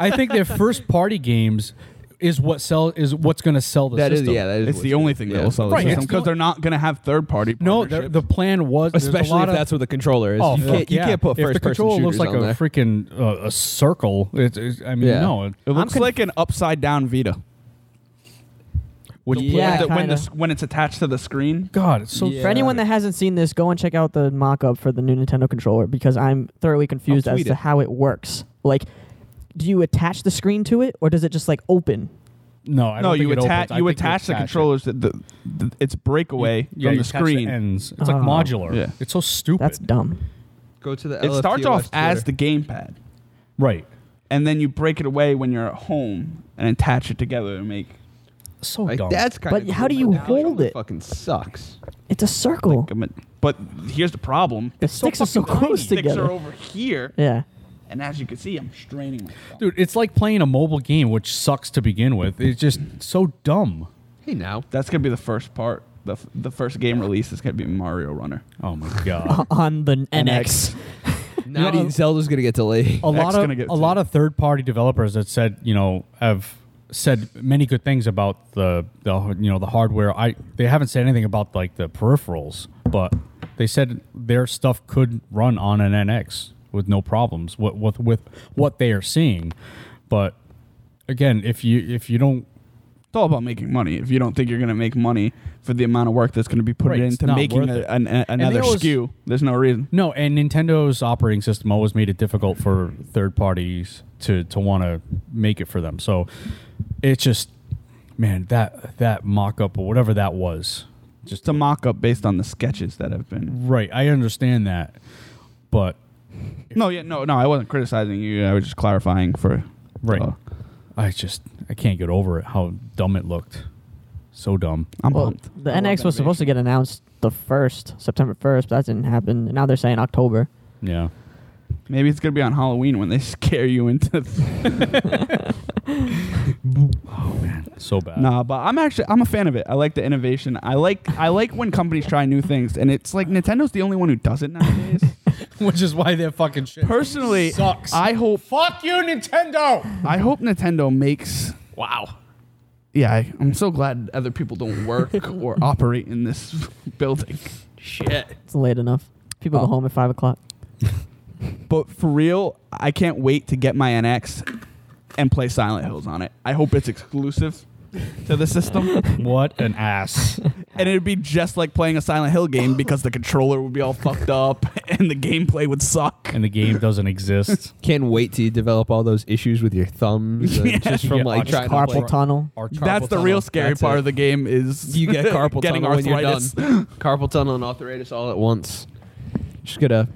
Speaker 2: I think their first party games is what sell is what's going to sell the
Speaker 3: That is-
Speaker 2: system.
Speaker 3: yeah, that is
Speaker 1: It's
Speaker 3: what
Speaker 1: the
Speaker 3: it
Speaker 1: only
Speaker 3: is.
Speaker 1: thing
Speaker 3: Yeah.
Speaker 1: that will sell the
Speaker 2: Right,
Speaker 1: system
Speaker 2: it's
Speaker 1: because
Speaker 2: the-
Speaker 1: they're not going to have third party.
Speaker 2: No, the, the plan was there's a
Speaker 3: Especially
Speaker 2: lot
Speaker 3: if
Speaker 2: of-
Speaker 3: that's what the controller is.
Speaker 2: Oh,
Speaker 3: you,
Speaker 2: fuck
Speaker 3: can't, you
Speaker 2: yeah.
Speaker 3: can't put
Speaker 2: if
Speaker 3: first
Speaker 2: the controller
Speaker 3: person
Speaker 2: looks like a
Speaker 3: there.
Speaker 2: freaking uh, a circle. It's, it's, I mean,
Speaker 3: Yeah.
Speaker 2: no.
Speaker 1: it looks
Speaker 4: conf-
Speaker 1: like an upside down Vita. Which
Speaker 4: Yeah,
Speaker 1: when, the, when,
Speaker 4: kinda.
Speaker 1: the, s- when it's attached to the screen.
Speaker 2: God, it's so.
Speaker 3: Yeah.
Speaker 4: For anyone that hasn't seen this, go and check out the mock-up for the new Nintendo controller because I'm thoroughly confused as
Speaker 3: tweet
Speaker 4: to
Speaker 3: it.
Speaker 4: how it works. Like, do you attach the screen to it, or does it just like open?
Speaker 2: No, I don't
Speaker 1: No,
Speaker 2: think
Speaker 1: you
Speaker 2: it
Speaker 1: attach
Speaker 2: opens. I
Speaker 1: you
Speaker 2: think
Speaker 1: attach the
Speaker 2: it.
Speaker 1: controllers to the, the it's breakaway
Speaker 2: Yeah,
Speaker 1: from
Speaker 2: you
Speaker 1: the
Speaker 2: attach
Speaker 1: screen.
Speaker 2: ends. It's like
Speaker 4: Oh.
Speaker 2: modular.
Speaker 1: Yeah.
Speaker 2: It's so stupid.
Speaker 4: That's dumb.
Speaker 3: Go to the
Speaker 1: it starts off as the gamepad,
Speaker 2: right.
Speaker 1: and then you break it away when you're at home and attach it together and make
Speaker 2: So
Speaker 3: like
Speaker 2: dumb.
Speaker 3: that's kind
Speaker 4: But
Speaker 3: of
Speaker 4: how do you hold it?
Speaker 3: Fucking sucks.
Speaker 4: It's a circle.
Speaker 1: a min- But here's the problem:
Speaker 4: the sticks are so
Speaker 2: fucking
Speaker 4: close
Speaker 1: sticks are
Speaker 4: together.
Speaker 1: over here,
Speaker 4: yeah.
Speaker 1: and as you can see, I'm straining. myself.
Speaker 2: Dude, it's like playing a mobile game, which sucks to begin with. It's just so dumb.
Speaker 3: Hey now.
Speaker 1: That's gonna be the first part. The, f- the first game release is gonna be Mario Runner.
Speaker 2: Oh my god.
Speaker 4: On the NX.
Speaker 3: Not
Speaker 2: know,
Speaker 3: even Zelda's gonna get delayed.
Speaker 2: a lot
Speaker 1: gonna
Speaker 2: of
Speaker 1: get
Speaker 2: a
Speaker 1: to
Speaker 2: lot
Speaker 1: you.
Speaker 2: of third party developers that said you know have said many good things about the the you know the hardware. I they haven't said anything about like the peripherals, but they said their stuff could run on an NX with no problems. With with, with what they are seeing, but again, if you if you don't
Speaker 1: It's all about making money. If you don't think you're gonna make money for the amount of work that's gonna be put
Speaker 2: Right, it's
Speaker 1: into
Speaker 2: not
Speaker 1: making
Speaker 2: worth
Speaker 1: a,
Speaker 2: it.
Speaker 1: an, a, another
Speaker 2: always-
Speaker 1: SKU, there's no reason.
Speaker 2: No, and Nintendo's operating system always made it difficult for third parties to to want to make it for them. So it's just, man, that that mock up or whatever that was.
Speaker 1: Just to mock up based on the sketches that have been
Speaker 2: Right, I understand that, but Mm.
Speaker 1: No, yeah, no, no. I wasn't criticizing you. I was just clarifying for
Speaker 2: Right.
Speaker 1: uh,
Speaker 2: I just I can't get over it how dumb it looked. So dumb.
Speaker 1: I'm
Speaker 4: Well,
Speaker 1: pumped.
Speaker 4: the
Speaker 1: I love
Speaker 4: NX was supposed to get announced the first September first, but that didn't happen. Now they're saying October.
Speaker 2: Yeah.
Speaker 1: Maybe it's gonna be on Halloween when they scare you into.
Speaker 2: Oh man, so bad.
Speaker 1: nah, but I'm actually I'm a fan of it. I like the innovation. I like I like when companies try new things, and it's like Nintendo's the only one who does it nowadays.
Speaker 2: Which is why they're fucking shit.
Speaker 1: Personally,
Speaker 2: sucks.
Speaker 1: I hope
Speaker 2: Fuck you, Nintendo.
Speaker 1: I hope Nintendo makes.
Speaker 2: Wow.
Speaker 1: Yeah, I, I'm so glad other people don't work or operate in this building.
Speaker 3: Shit.
Speaker 4: It's late enough. People
Speaker 1: Oh.
Speaker 4: go home at five o'clock.
Speaker 1: But for real, I can't wait to get my NX and play Silent Hills on it. I hope it's exclusive to the system.
Speaker 2: What an ass.
Speaker 1: and it'd be just like playing a Silent Hill game because the controller would be all fucked up and the gameplay would suck.
Speaker 2: and the game doesn't exist.
Speaker 3: Can't wait till you develop all those issues with your thumbs, uh,
Speaker 1: Yeah.
Speaker 3: just from
Speaker 2: Yeah,
Speaker 3: like
Speaker 2: just
Speaker 3: trying
Speaker 4: Carpal
Speaker 3: to play.
Speaker 4: tunnel.
Speaker 2: Our
Speaker 1: That's
Speaker 2: carpal
Speaker 1: the real
Speaker 2: tunnel.
Speaker 1: scary
Speaker 3: That's
Speaker 1: part
Speaker 3: it.
Speaker 1: of the game is
Speaker 3: You get carpal
Speaker 1: getting
Speaker 3: tunnel
Speaker 1: arthritis.
Speaker 3: when you're done. carpal tunnel and arthritis all at once. Just gonna.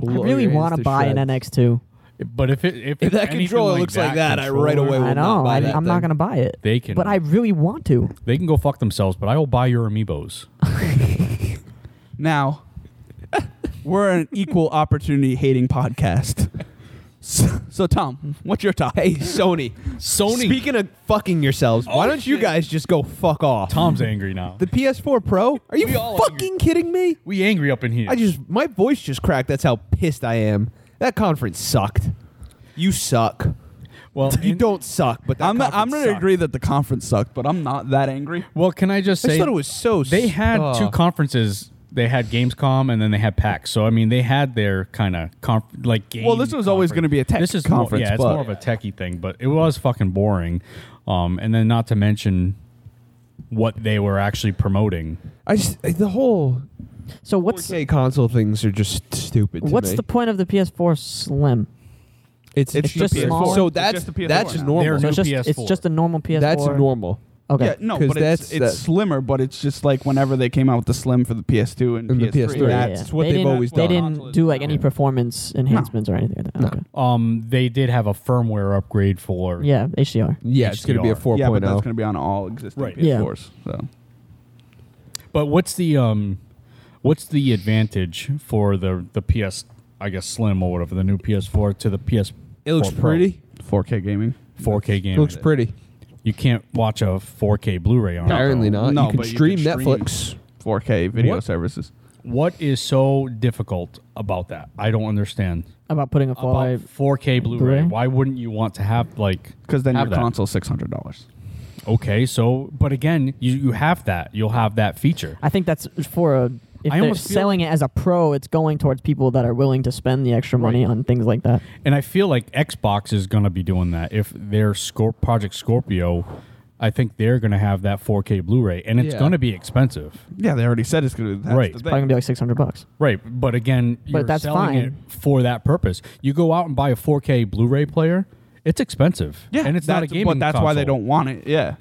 Speaker 4: I
Speaker 3: blow
Speaker 4: really
Speaker 3: your hands
Speaker 4: want to buy an
Speaker 3: shreds.
Speaker 4: NX too.
Speaker 2: But if it if,
Speaker 3: If
Speaker 2: it's
Speaker 3: that
Speaker 2: anything
Speaker 3: controller looks like that, I right
Speaker 2: controller,
Speaker 3: away
Speaker 4: I
Speaker 3: will not
Speaker 4: know.
Speaker 3: buy
Speaker 4: I,
Speaker 3: that
Speaker 4: I'm not
Speaker 3: thing.
Speaker 4: gonna buy it.
Speaker 2: They can-
Speaker 4: but I really want to.
Speaker 2: they can go fuck themselves. But I will buy your amiibos.
Speaker 1: Now, we're an equal opportunity hating podcast. So, so, Tom, what's your top?
Speaker 3: Hey Sony,
Speaker 2: Sony.
Speaker 3: Speaking of fucking yourselves, why don't you
Speaker 1: Oh, shit.
Speaker 3: guys just go fuck off?
Speaker 2: Tom's angry now.
Speaker 3: The PS4 Pro? Are you
Speaker 2: We all
Speaker 3: fucking kidding me?
Speaker 2: we angry up in here.
Speaker 3: I just my voice just cracked. That's how pissed I am. That conference sucked. You suck.
Speaker 2: well,
Speaker 3: You
Speaker 2: in-
Speaker 3: don't suck, but that
Speaker 1: Oh, I'm,
Speaker 3: conference
Speaker 1: I'm going to
Speaker 3: sucked.
Speaker 1: agree that the conference sucked, but I'm not that angry.
Speaker 2: Well, can I just
Speaker 3: I
Speaker 2: say
Speaker 3: just thought it was so.
Speaker 2: they
Speaker 3: s-
Speaker 2: had
Speaker 3: Ugh.
Speaker 2: two conferences they had Gamescom and then they had PAX. So I mean, they had their kind of conf- like game.
Speaker 1: Well, this was always gonna be a tech
Speaker 2: This is
Speaker 1: conference,
Speaker 2: More, yeah, it's
Speaker 1: but-
Speaker 2: more of a techie thing, but it was fucking boring. Um, and then not to mention what they were actually promoting.
Speaker 3: I just eh, the whole
Speaker 4: So what's
Speaker 3: 4K console things are just stupid. to
Speaker 4: what's
Speaker 3: me.
Speaker 4: the point of the PS4 Slim?
Speaker 3: It's
Speaker 1: It's
Speaker 4: just
Speaker 1: the PS4.
Speaker 4: smaller.
Speaker 3: So
Speaker 1: It's
Speaker 3: that's
Speaker 1: just the PS4
Speaker 3: that's
Speaker 1: now.
Speaker 3: normal.
Speaker 2: They're-
Speaker 4: So it's
Speaker 2: New
Speaker 4: just it's
Speaker 2: PS4.
Speaker 4: just a normal PS4.
Speaker 3: That's normal.
Speaker 4: Okay.
Speaker 1: Yeah, no,
Speaker 3: 'Cause
Speaker 1: but it's,
Speaker 3: that's-
Speaker 1: it's
Speaker 3: that-
Speaker 1: slimmer, but it's just like whenever they came out with the slim for the PS2 and,
Speaker 3: And the
Speaker 1: PS3.
Speaker 3: PS3.
Speaker 4: Yeah,
Speaker 3: That's
Speaker 4: yeah.
Speaker 3: what
Speaker 4: they
Speaker 3: they've
Speaker 4: didn't-
Speaker 3: always
Speaker 4: They
Speaker 3: done.
Speaker 4: didn't do like any
Speaker 1: Yeah.
Speaker 4: performance enhancements or anything like that. Okay.
Speaker 2: Um, they did have a firmware upgrade for
Speaker 4: Yeah, HDR.
Speaker 3: Yeah, it's going to be a oh.
Speaker 2: HDR.
Speaker 3: 4.0.
Speaker 1: Yeah, but that's going to be on all existing
Speaker 2: Right.
Speaker 4: Yeah.
Speaker 1: PS4s. So
Speaker 2: But what's the um, what's the advantage for the the PS? I guess Slim or whatever the new PS4 to the PS.
Speaker 3: it looks
Speaker 1: oh.
Speaker 3: pretty.
Speaker 1: 4K gaming.
Speaker 2: 4K game.
Speaker 3: It looks pretty.
Speaker 2: You can't watch a 4K Blu-ray on it.
Speaker 3: Apparently
Speaker 1: No,
Speaker 3: not.
Speaker 1: no,
Speaker 3: you can
Speaker 1: but you
Speaker 3: stream
Speaker 1: can stream-
Speaker 3: Netflix.
Speaker 1: 4K video
Speaker 2: What?
Speaker 1: services.
Speaker 2: What is so difficult about that? I don't understand.
Speaker 4: About putting a
Speaker 2: About
Speaker 4: Fallout.
Speaker 2: 4K Blu-ray.
Speaker 4: Blu-ray?
Speaker 2: Why wouldn't you want to have like?
Speaker 1: Because then
Speaker 2: have
Speaker 1: your
Speaker 2: that?
Speaker 1: console's $600.
Speaker 2: Okay, so but again, you you have that. You'll have that feature.
Speaker 4: I think that's for a. If
Speaker 2: I
Speaker 4: they're
Speaker 2: almost feel
Speaker 4: selling it as a pro, it's going towards people that are willing to spend the extra money on things like that.
Speaker 2: And I feel like Xbox is going to be doing that. If their Scor- Project Scorpio, I think they're going to have that 4K Blu-ray, and it's
Speaker 3: Yeah.
Speaker 2: going to be expensive,
Speaker 1: Yeah, they already said it's going to do that.
Speaker 2: Right.
Speaker 1: The
Speaker 2: It's
Speaker 4: Probably
Speaker 1: thing.
Speaker 4: gonna be like six hundred bucks.
Speaker 2: right? But again, you're
Speaker 4: that's
Speaker 2: selling
Speaker 4: fine.
Speaker 2: it for that purpose. You go out and buy a 4K Blu-ray player. It's expensive,
Speaker 1: Yeah,
Speaker 2: and it's not a
Speaker 1: that's-
Speaker 2: gaming.
Speaker 1: But that's why they
Speaker 2: console.
Speaker 1: don't want it. Yeah.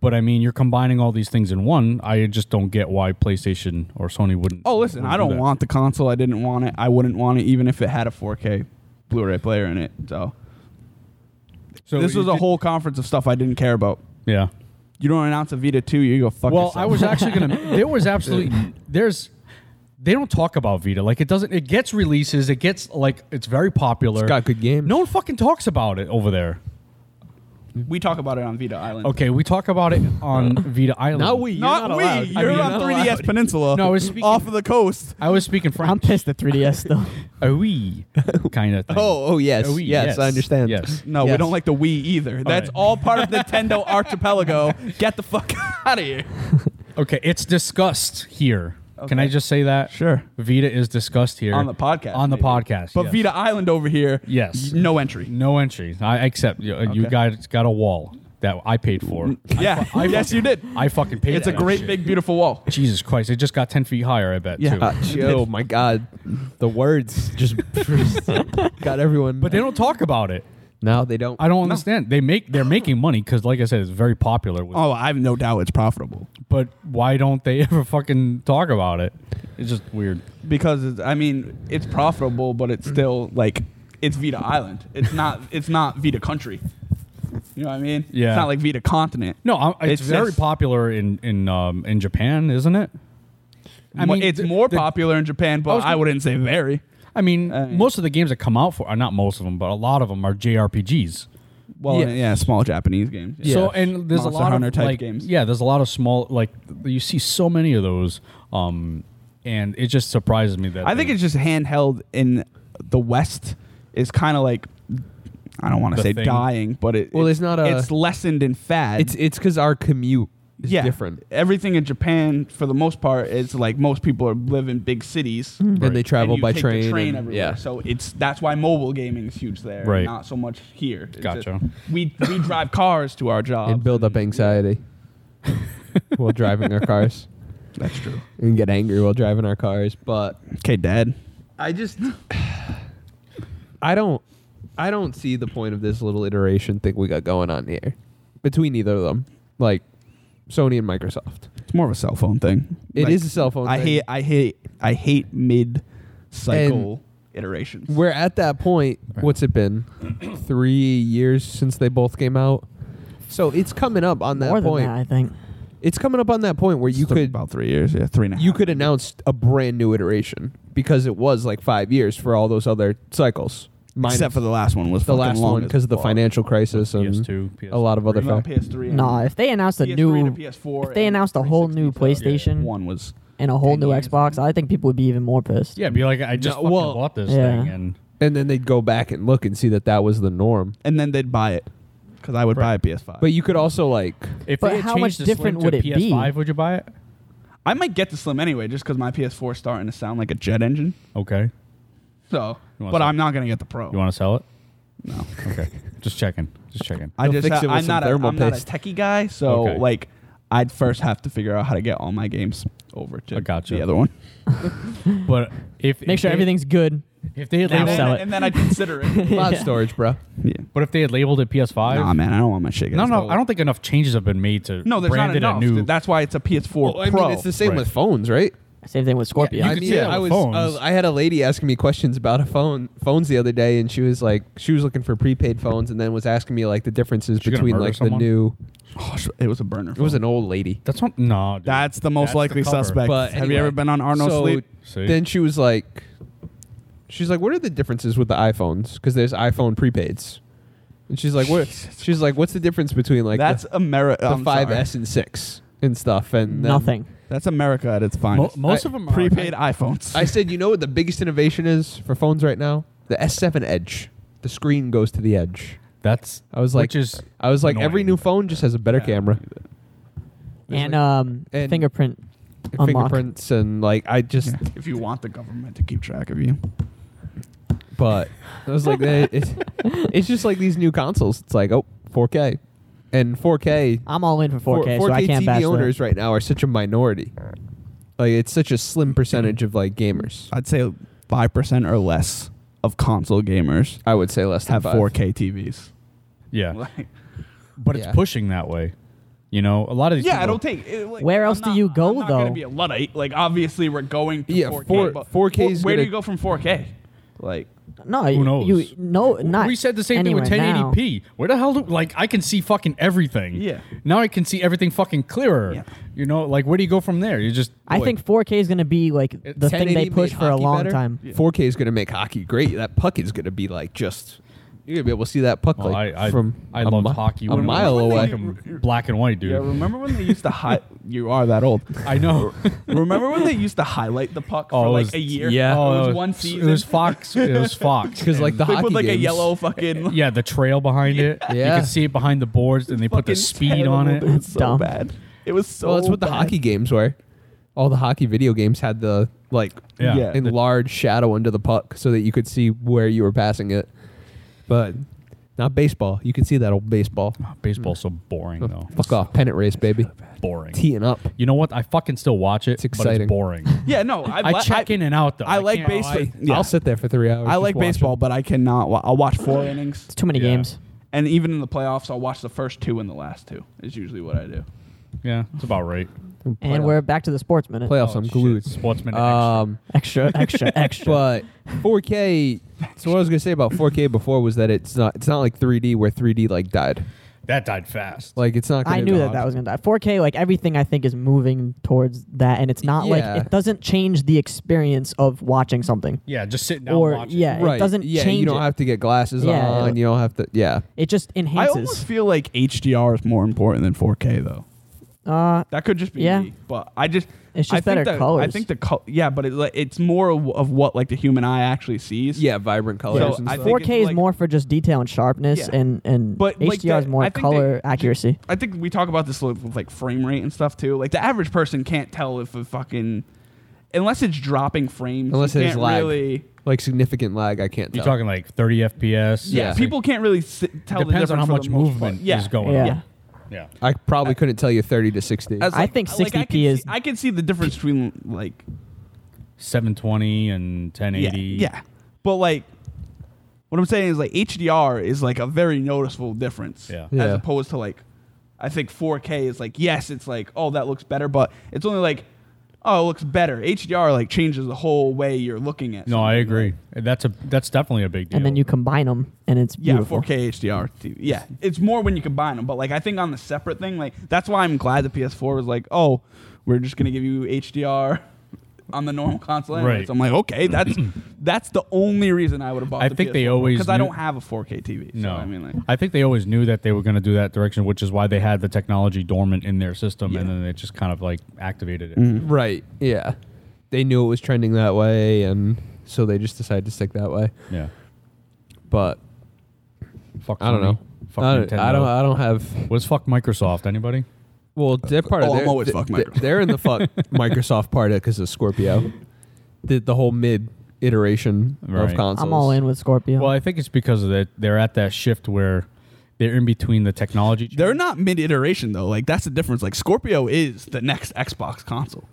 Speaker 2: But I mean, you're combining all these things in one. I just don't get why PlayStation or Sony wouldn't.
Speaker 1: Oh, listen,
Speaker 2: wouldn't
Speaker 1: I
Speaker 2: do
Speaker 1: don't
Speaker 2: that.
Speaker 1: want the console. I didn't want it. I wouldn't want it even if it had a 4K Blu-ray player in it. So
Speaker 2: So
Speaker 1: this
Speaker 2: you
Speaker 1: was a
Speaker 2: did-
Speaker 1: whole conference of stuff I didn't care about.
Speaker 2: Yeah.
Speaker 1: You don't announce a Vita 2, you go fuck
Speaker 2: Well,
Speaker 1: yourself.
Speaker 2: I was actually gonna. There was absolutely there's. They don't talk about Vita. Like it doesn't. It gets releases. It gets like it's very popular.
Speaker 3: It's got good games.
Speaker 2: No one fucking talks about it over there.
Speaker 1: we talk about it on Vita Island.
Speaker 2: Okay, we talk about it on Vita Island.
Speaker 3: Not we.
Speaker 1: Not,
Speaker 3: You're not
Speaker 1: we.
Speaker 3: allowed.
Speaker 1: You're
Speaker 3: I mean,
Speaker 1: on
Speaker 3: not
Speaker 1: 3DS
Speaker 3: allowed.
Speaker 1: Peninsula.
Speaker 2: No, I was speaking-
Speaker 1: off of the coast.
Speaker 2: I was speaking
Speaker 4: I'm
Speaker 2: French.
Speaker 4: pissed at 3ds though.
Speaker 2: A we kind of thing.
Speaker 3: Oh, oh yes,
Speaker 2: A Wii,
Speaker 3: yes, I understand.
Speaker 2: Yes.
Speaker 1: No, we
Speaker 3: Yes.
Speaker 1: don't like the Wii either. That's
Speaker 2: right.
Speaker 1: all part of the Nintendo archipelago. Get the fuck out of here.
Speaker 2: Okay, it's discussed here. Can
Speaker 1: Okay.
Speaker 2: I just say that?
Speaker 1: Sure.
Speaker 2: Vita is discussed here
Speaker 1: On the podcast,
Speaker 2: On the
Speaker 1: maybe.
Speaker 2: podcast,
Speaker 1: But
Speaker 2: yes.
Speaker 1: Vita Island over here,
Speaker 2: Yes.
Speaker 1: no entry.
Speaker 2: no entries. I accept. You, you
Speaker 1: Okay.
Speaker 2: guys got a wall that I paid for.
Speaker 1: Yeah, yes, you did.
Speaker 2: I fucking paid.
Speaker 1: It's
Speaker 2: for
Speaker 1: a
Speaker 2: that
Speaker 1: great
Speaker 2: shit.
Speaker 1: big beautiful wall.
Speaker 2: Jesus Christ! It just got ten feet higher. I bet.
Speaker 1: Yeah.
Speaker 2: Too.
Speaker 3: Uh, oh my God, the words just got everyone.
Speaker 2: but they don't talk about it.
Speaker 3: No, they don't.
Speaker 2: I don't understand. They make they're making money because, like I said, it's very popular. With,
Speaker 1: Oh, I have no doubt it's profitable
Speaker 2: But why don't they ever fucking talk about it? It's just weird.
Speaker 1: because it's, I mean it's profitable, but it's
Speaker 2: Mm.
Speaker 1: still like it's Vita Island. It's not it's not Vita Country. You know what I mean?
Speaker 2: Yeah.
Speaker 1: It's not like Vita Continent.
Speaker 2: No, I, it's,
Speaker 1: It's-
Speaker 2: very
Speaker 1: it's-
Speaker 2: popular in in um, in Japan, isn't it?
Speaker 1: I mean, it's
Speaker 2: th-
Speaker 1: more
Speaker 2: the-
Speaker 1: popular in Japan, but I,
Speaker 2: was gonna-
Speaker 1: wouldn't say very.
Speaker 2: I mean,
Speaker 1: Uh,
Speaker 2: most of the games that come out for are not most of them, but a lot of them are JRPGs.
Speaker 1: Well,
Speaker 3: Yeah.
Speaker 1: yeah, small Japanese games. Yeah.
Speaker 2: So and there's
Speaker 1: Monster
Speaker 2: a lot
Speaker 1: Hunter
Speaker 2: of
Speaker 1: type
Speaker 2: like,
Speaker 1: games.
Speaker 2: Yeah, there's a lot of small like you see so many of those, um, and it just surprises me that
Speaker 1: I think
Speaker 2: they-
Speaker 1: it's just handheld in the West is kind of like I don't want to
Speaker 2: The
Speaker 1: say
Speaker 2: thing.
Speaker 1: dying, but it
Speaker 3: Well,
Speaker 1: it-
Speaker 3: it's not a-
Speaker 1: it's lessened in fad.
Speaker 3: It's it's because our commute is different,
Speaker 1: Everything in Japan, for the most part, is like most people are live in big cities.
Speaker 3: and they travel
Speaker 1: and you
Speaker 3: by
Speaker 1: take
Speaker 3: train.
Speaker 1: The train
Speaker 3: and-
Speaker 1: everywhere.
Speaker 3: yeah.
Speaker 1: So it's that's why mobile gaming is huge there.
Speaker 2: Right.
Speaker 1: Not so much here. It's
Speaker 2: Gotcha.
Speaker 1: just- we we drive cars to our job
Speaker 3: and build up anxiety while driving our cars,
Speaker 1: That's true.
Speaker 3: and get angry while driving our cars. But
Speaker 1: Okay, Dad.
Speaker 3: I just I don't I don't see the point of this little iteration thing we got going on here between either of them, like Sony and Microsoft.
Speaker 1: It's more of a cell phone thing.
Speaker 3: It is
Speaker 1: Like,
Speaker 3: a cell phone.
Speaker 1: I
Speaker 3: thing.
Speaker 1: hate I hate I hate mid cycle iterations.
Speaker 3: We're at that point. What's it been? Three years since they both came out. So it's coming up on that
Speaker 4: More than
Speaker 3: point.
Speaker 4: that, I think.
Speaker 3: It's coming up on that point where you
Speaker 1: It's took
Speaker 3: could
Speaker 1: about three years, yeah, three and a half.
Speaker 3: you could announce a brand new iteration because it was like five years for all those other cycles. Minus
Speaker 1: except for the last one was
Speaker 3: the
Speaker 1: fucking
Speaker 3: last
Speaker 1: long
Speaker 3: one
Speaker 1: as
Speaker 3: because of the
Speaker 1: fuck.
Speaker 3: financial crisis and
Speaker 2: PS2,
Speaker 3: a lot of other
Speaker 1: Even on
Speaker 3: factors.
Speaker 1: PS3. and
Speaker 4: Nah, if they announced a
Speaker 1: PS3
Speaker 4: new,
Speaker 1: to PS4
Speaker 4: if they
Speaker 1: and
Speaker 4: announced a whole new
Speaker 1: 360, so-
Speaker 4: PlayStation
Speaker 1: one was
Speaker 4: and a whole
Speaker 1: 10
Speaker 4: new
Speaker 1: years.
Speaker 4: Xbox, I think people would be even more pissed.
Speaker 2: yeah, be like I just
Speaker 3: No,
Speaker 2: fucking
Speaker 3: well-
Speaker 2: bought this
Speaker 4: Yeah.
Speaker 2: thing and
Speaker 3: And then they'd go back and look and see that that was the norm.
Speaker 1: and then they'd buy it because I would buy a PS5.
Speaker 3: But you could also like
Speaker 2: if
Speaker 4: But
Speaker 2: they had
Speaker 4: how
Speaker 2: changed
Speaker 4: much
Speaker 2: the
Speaker 4: different
Speaker 2: Slim to
Speaker 4: would
Speaker 2: a
Speaker 4: it be?
Speaker 2: PS5, would you buy it?
Speaker 1: I might get the Slim anyway, just because my PS4 is starting to sound like a jet engine.
Speaker 2: Okay.
Speaker 1: So,
Speaker 2: You wanna
Speaker 1: but
Speaker 2: sell-
Speaker 1: I'm not gonna get the Pro.
Speaker 2: You want to sell it?
Speaker 1: no,
Speaker 2: Okay. just checking. Just checking.
Speaker 1: I
Speaker 3: You'll
Speaker 1: just
Speaker 3: fix
Speaker 1: ha-
Speaker 3: it with
Speaker 1: I'm
Speaker 3: some
Speaker 1: not a,
Speaker 3: thermal
Speaker 1: I'm not a
Speaker 3: paste.
Speaker 1: techie guy, so
Speaker 2: Okay.
Speaker 1: like I'd first have to figure out how to get all my games over to
Speaker 2: I gotcha.
Speaker 1: the other one.
Speaker 2: But if
Speaker 4: Make
Speaker 2: if
Speaker 4: sure
Speaker 2: they-
Speaker 4: everything's good.
Speaker 2: if they had
Speaker 4: Now
Speaker 1: And
Speaker 2: labeled,
Speaker 1: then,
Speaker 4: sell it.
Speaker 1: and then I consider it.
Speaker 3: Cloud storage, bro.
Speaker 1: yeah.
Speaker 2: but if they had labeled it PS5,
Speaker 1: Nah, man, I don't want my shit.
Speaker 2: no,
Speaker 1: getting
Speaker 2: no,
Speaker 1: stolen.
Speaker 2: I don't think enough changes have been made to
Speaker 1: No, there's
Speaker 2: brand
Speaker 1: not
Speaker 2: it
Speaker 1: enough.
Speaker 2: a new.
Speaker 1: That's why it's a PS4
Speaker 3: Well, I
Speaker 1: Pro.
Speaker 3: mean, it's the same
Speaker 2: Right.
Speaker 3: with phones, right?
Speaker 4: Same thing with
Speaker 2: you
Speaker 4: Scorpio.
Speaker 3: I
Speaker 2: could
Speaker 3: mean,
Speaker 2: say that
Speaker 3: I was.
Speaker 2: with phones.
Speaker 3: Uh, I had a lady asking me questions about a phone phones the other day, and she was like, she was looking for prepaid phones, and then was asking me like the differences
Speaker 2: She gonna
Speaker 3: between
Speaker 2: murder
Speaker 3: like
Speaker 2: someone?
Speaker 3: the new.
Speaker 1: Oh, sh- it was a burner.
Speaker 3: It was an old lady.
Speaker 2: that's what. No, dude.
Speaker 1: That's the most
Speaker 2: the
Speaker 1: likely
Speaker 2: cover.
Speaker 1: suspect.
Speaker 3: But
Speaker 1: Have
Speaker 3: anyway,
Speaker 1: you ever been on Arno
Speaker 3: so
Speaker 1: Sleep?
Speaker 2: See?
Speaker 3: Then she was like, she's like, what are the differences with the iPhones? Because there's iPhone prepaids, and she's like, what? She's like, what's the difference between like
Speaker 1: That's
Speaker 3: the,
Speaker 1: America.
Speaker 3: the 5S and six and stuff and um, then-
Speaker 4: Nothing.
Speaker 1: That's America at its
Speaker 2: Mo-
Speaker 1: finest.
Speaker 2: most
Speaker 3: I-
Speaker 2: of them are
Speaker 1: Prepaid iPhones.
Speaker 3: I said, you know what the biggest innovation is for phones right now? The S7 Edge. The screen goes to the edge.
Speaker 2: That's
Speaker 3: I was like,
Speaker 2: which is
Speaker 3: I was like, every
Speaker 2: annoying.
Speaker 3: new phone just has a better
Speaker 1: Yeah.
Speaker 3: camera,
Speaker 4: And
Speaker 1: uh,
Speaker 4: um,
Speaker 3: and-
Speaker 4: fingerprint. Unlock.
Speaker 3: fingerprints, and like I just.
Speaker 1: Yeah, if you want the government to keep track of you.
Speaker 3: But I was like, eh, it's, it's just like these new consoles. It's like, oh, 4K, and 4K.
Speaker 4: I'm all in for
Speaker 3: four-
Speaker 4: 4K, so I can't
Speaker 3: TV
Speaker 4: bash that.
Speaker 3: owners right now are such a minority. Like it's such a slim percentage of like gamers.
Speaker 1: I'd say 5% or less of console gamers
Speaker 3: I would say less than
Speaker 1: have
Speaker 3: five.
Speaker 1: 4K TVs.
Speaker 2: yeah,
Speaker 1: Like-
Speaker 2: but it's
Speaker 3: Yeah.
Speaker 2: pushing that way. You know, a lot of these.
Speaker 1: yeah, I
Speaker 2: people-
Speaker 1: don't take. it, like,
Speaker 4: Where else do you go,
Speaker 1: I'm not gonna
Speaker 4: though?
Speaker 1: be a luddite. Like obviously we're going to
Speaker 3: Yeah,
Speaker 1: 4K.
Speaker 3: four-
Speaker 1: but
Speaker 3: 4K is
Speaker 1: where do
Speaker 3: gonna-
Speaker 1: you go from 4K? Like
Speaker 4: No, you,
Speaker 2: knows?
Speaker 4: you no, not.
Speaker 2: we said the same thing with
Speaker 4: anywhere now.
Speaker 2: 1080p. Where the hell do like I can see fucking everything?
Speaker 1: Yeah.
Speaker 2: Now I can see everything fucking clearer.
Speaker 1: Yeah.
Speaker 2: You know, like where do you go from there? You just
Speaker 4: I
Speaker 2: boy,
Speaker 4: think 4K is going to be
Speaker 1: Uh,
Speaker 4: like
Speaker 3: It-
Speaker 4: the thing they
Speaker 3: 1080
Speaker 4: push
Speaker 3: made
Speaker 4: for a
Speaker 3: hockey
Speaker 4: long
Speaker 3: better.
Speaker 4: time.
Speaker 3: 4K is going to make hockey great. That puck is going to be like just you're going to be able to see that puck
Speaker 2: Well,
Speaker 3: like
Speaker 2: Oh, I, I,
Speaker 3: from
Speaker 2: I
Speaker 3: a
Speaker 2: loved
Speaker 3: mi-
Speaker 2: hockey
Speaker 3: a
Speaker 2: when it was
Speaker 3: mile
Speaker 2: black
Speaker 3: away.
Speaker 2: and, black and white, dude.
Speaker 1: yeah, remember when they used to hide? You are that old.
Speaker 2: I know.
Speaker 1: Remember when they used to highlight the puck
Speaker 2: it
Speaker 1: for like
Speaker 2: was-
Speaker 1: a year?
Speaker 3: Oh, yeah.
Speaker 1: it
Speaker 2: Oh,
Speaker 1: was one season.
Speaker 2: It was Fox. It was Fox.
Speaker 3: Because like the
Speaker 1: they
Speaker 3: hockey
Speaker 1: put like a
Speaker 3: games-
Speaker 1: yellow fucking.
Speaker 2: yeah, the trail behind it.
Speaker 3: Yeah.
Speaker 2: You could see it behind the boards, and they put the
Speaker 1: fucking
Speaker 2: speed
Speaker 1: terrible,
Speaker 2: on it.
Speaker 1: dude. It's so
Speaker 4: Dumb.
Speaker 1: bad. It was so.
Speaker 3: Well, that's what the
Speaker 1: bad.
Speaker 3: hockey games were. All the hockey video games had the like
Speaker 2: Yeah.
Speaker 1: Yeah.
Speaker 3: enlarged shadow under the puck so that you could see where you were passing it. But not baseball. You can see that old baseball.
Speaker 2: Baseball's so boring though.
Speaker 3: Fuck off, pennant race, baby.
Speaker 2: Boring.
Speaker 3: Teeing up.
Speaker 2: You know what? I fucking still watch it.
Speaker 3: It's exciting.
Speaker 2: But it's boring.
Speaker 1: Yeah, no, I,
Speaker 2: I
Speaker 1: li-
Speaker 2: check
Speaker 1: I,
Speaker 2: in and out though.
Speaker 1: I like
Speaker 2: can't-
Speaker 1: baseball.
Speaker 2: I-
Speaker 1: yeah.
Speaker 3: I'll sit there for three hours.
Speaker 1: I
Speaker 3: just
Speaker 1: like
Speaker 3: watching.
Speaker 1: baseball, but I cannot. Wa- I'll watch four innings,
Speaker 4: It's too many
Speaker 2: Yeah.
Speaker 4: games.
Speaker 1: and even in the playoffs, I'll watch the first two and the last two. Is usually what I do.
Speaker 2: Yeah, it's about right.
Speaker 4: And
Speaker 3: Playoff-
Speaker 4: we're back to the sports minute.
Speaker 3: playoffs.
Speaker 2: Oh,
Speaker 3: I'm
Speaker 2: shit.
Speaker 3: glued.
Speaker 2: Sportsman. extra.
Speaker 3: Um,
Speaker 4: Extra, extra, extra.
Speaker 3: but 4K. So what I was gonna say about 4K before was that it's not. It's not like 3D where 3D like died.
Speaker 2: That died fast.
Speaker 3: Like it's not. Gonna
Speaker 4: I knew that
Speaker 3: die.
Speaker 4: that was going to die. 4K, like everything I think is moving towards that. And it's not
Speaker 3: Yeah.
Speaker 4: like, it doesn't change the experience of watching something.
Speaker 2: yeah, just sitting down
Speaker 4: or-
Speaker 2: watching.
Speaker 4: yeah. it
Speaker 3: Right.
Speaker 4: doesn't
Speaker 3: yeah,
Speaker 4: change
Speaker 3: you don't
Speaker 4: it.
Speaker 3: have to get glasses
Speaker 4: Yeah,
Speaker 3: on.
Speaker 4: it-
Speaker 3: You don't have to. Yeah.
Speaker 4: It just
Speaker 1: I
Speaker 4: enhances.
Speaker 1: almost feel like HDR is more important than 4K though.
Speaker 4: uh,
Speaker 1: That could just be
Speaker 4: Yeah.
Speaker 1: me, but I just
Speaker 4: It's just
Speaker 1: I think
Speaker 4: better
Speaker 1: that- I
Speaker 4: colors.
Speaker 1: think the col- yeah, but it, like, it's more of- of what like the human eye actually sees.
Speaker 3: Yeah, vibrant colors.
Speaker 1: So
Speaker 3: and
Speaker 1: I
Speaker 3: stuff.
Speaker 1: think
Speaker 4: 4K is
Speaker 1: like-
Speaker 4: more for just detail and sharpness,
Speaker 1: Yeah.
Speaker 4: and and
Speaker 1: But,
Speaker 4: HDR
Speaker 1: like,
Speaker 4: is
Speaker 1: the-
Speaker 4: more
Speaker 1: I think
Speaker 4: color
Speaker 1: they-
Speaker 4: accuracy.
Speaker 1: I think we talk about this with with, like frame rate and stuff too. Like the average person can't tell if a fucking unless it's dropping frames.
Speaker 3: Unless
Speaker 1: you
Speaker 3: there's
Speaker 1: can't
Speaker 3: lag.
Speaker 1: really.
Speaker 3: like significant lag. I can't.
Speaker 2: You're
Speaker 3: tell.
Speaker 2: talking like 30 FPS.
Speaker 3: Yeah.
Speaker 2: It's like-
Speaker 1: People can't really s tell the difference
Speaker 2: depends on how
Speaker 1: for
Speaker 2: much
Speaker 1: the most
Speaker 2: movement
Speaker 1: part. yeah.
Speaker 2: is going
Speaker 4: Yeah.
Speaker 2: on. Oh, Yeah.
Speaker 3: I probably couldn't tell you 30 to 60.
Speaker 1: As,
Speaker 4: I think
Speaker 1: I can
Speaker 4: 60p is-
Speaker 1: see- I can see the difference between like
Speaker 2: 720 and
Speaker 1: yeah,
Speaker 2: 1080.
Speaker 1: yeah, but like what I'm saying is like HDR is like a very noticeable difference.
Speaker 2: Yeah.
Speaker 1: As
Speaker 3: Yeah.
Speaker 1: opposed to like, I think 4K is like yes, it's like oh that looks better, but it's only like oh it looks better. HDR like changes the whole way you're looking at.
Speaker 2: No,
Speaker 1: something.
Speaker 2: I agree. That's a that's definitely a big deal.
Speaker 4: and then you combine them, and it's
Speaker 1: Yeah,
Speaker 4: beautiful.
Speaker 1: 4K HDR. TV. Yeah, it's more when you combine them. But like, I think on the separate thing, like that's why I'm glad the PS4 was like, oh, we're just gonna give you HDR on the normal console. anyways.
Speaker 2: Right.
Speaker 1: I'm like, okay, that's that's the only reason I would have bought.
Speaker 2: I
Speaker 1: the
Speaker 2: think they
Speaker 1: PS4,
Speaker 2: always
Speaker 1: because I
Speaker 2: knew-
Speaker 1: don't have a 4K TV. So,
Speaker 2: No,
Speaker 1: I mean like.
Speaker 2: I think they always knew that they were going to do that direction, which is why they had the technology dormant in their system, and
Speaker 1: Yeah.
Speaker 2: then they just kind of like activated it.
Speaker 3: Mm.
Speaker 4: Mm-hmm.
Speaker 3: right. Yeah. They knew it was trending that way, and so they just decided to stick that way.
Speaker 2: Yeah,
Speaker 3: But
Speaker 2: fuck.
Speaker 3: I don't
Speaker 2: Sony.
Speaker 3: know.
Speaker 2: Fuck
Speaker 3: I,
Speaker 2: Nintendo.
Speaker 3: don't, uh, I don't. I don't have. Uh,
Speaker 2: What's fuck Microsoft? Anybody?
Speaker 3: Well, they're part
Speaker 1: Oh,
Speaker 3: of.
Speaker 1: I'm
Speaker 3: their-
Speaker 1: always
Speaker 3: th-
Speaker 1: fuck
Speaker 3: th-
Speaker 1: Microsoft.
Speaker 3: They're in the fuck Microsoft part of because of Scorpio, the the whole mid iteration
Speaker 2: Right.
Speaker 3: of consoles.
Speaker 4: I'm all in with Scorpio.
Speaker 2: Well, I think it's because of that. They're at that shift where they're in between the technology. change.
Speaker 1: They're not mid iteration though. Like that's the difference. Like Scorpio is the next Xbox console.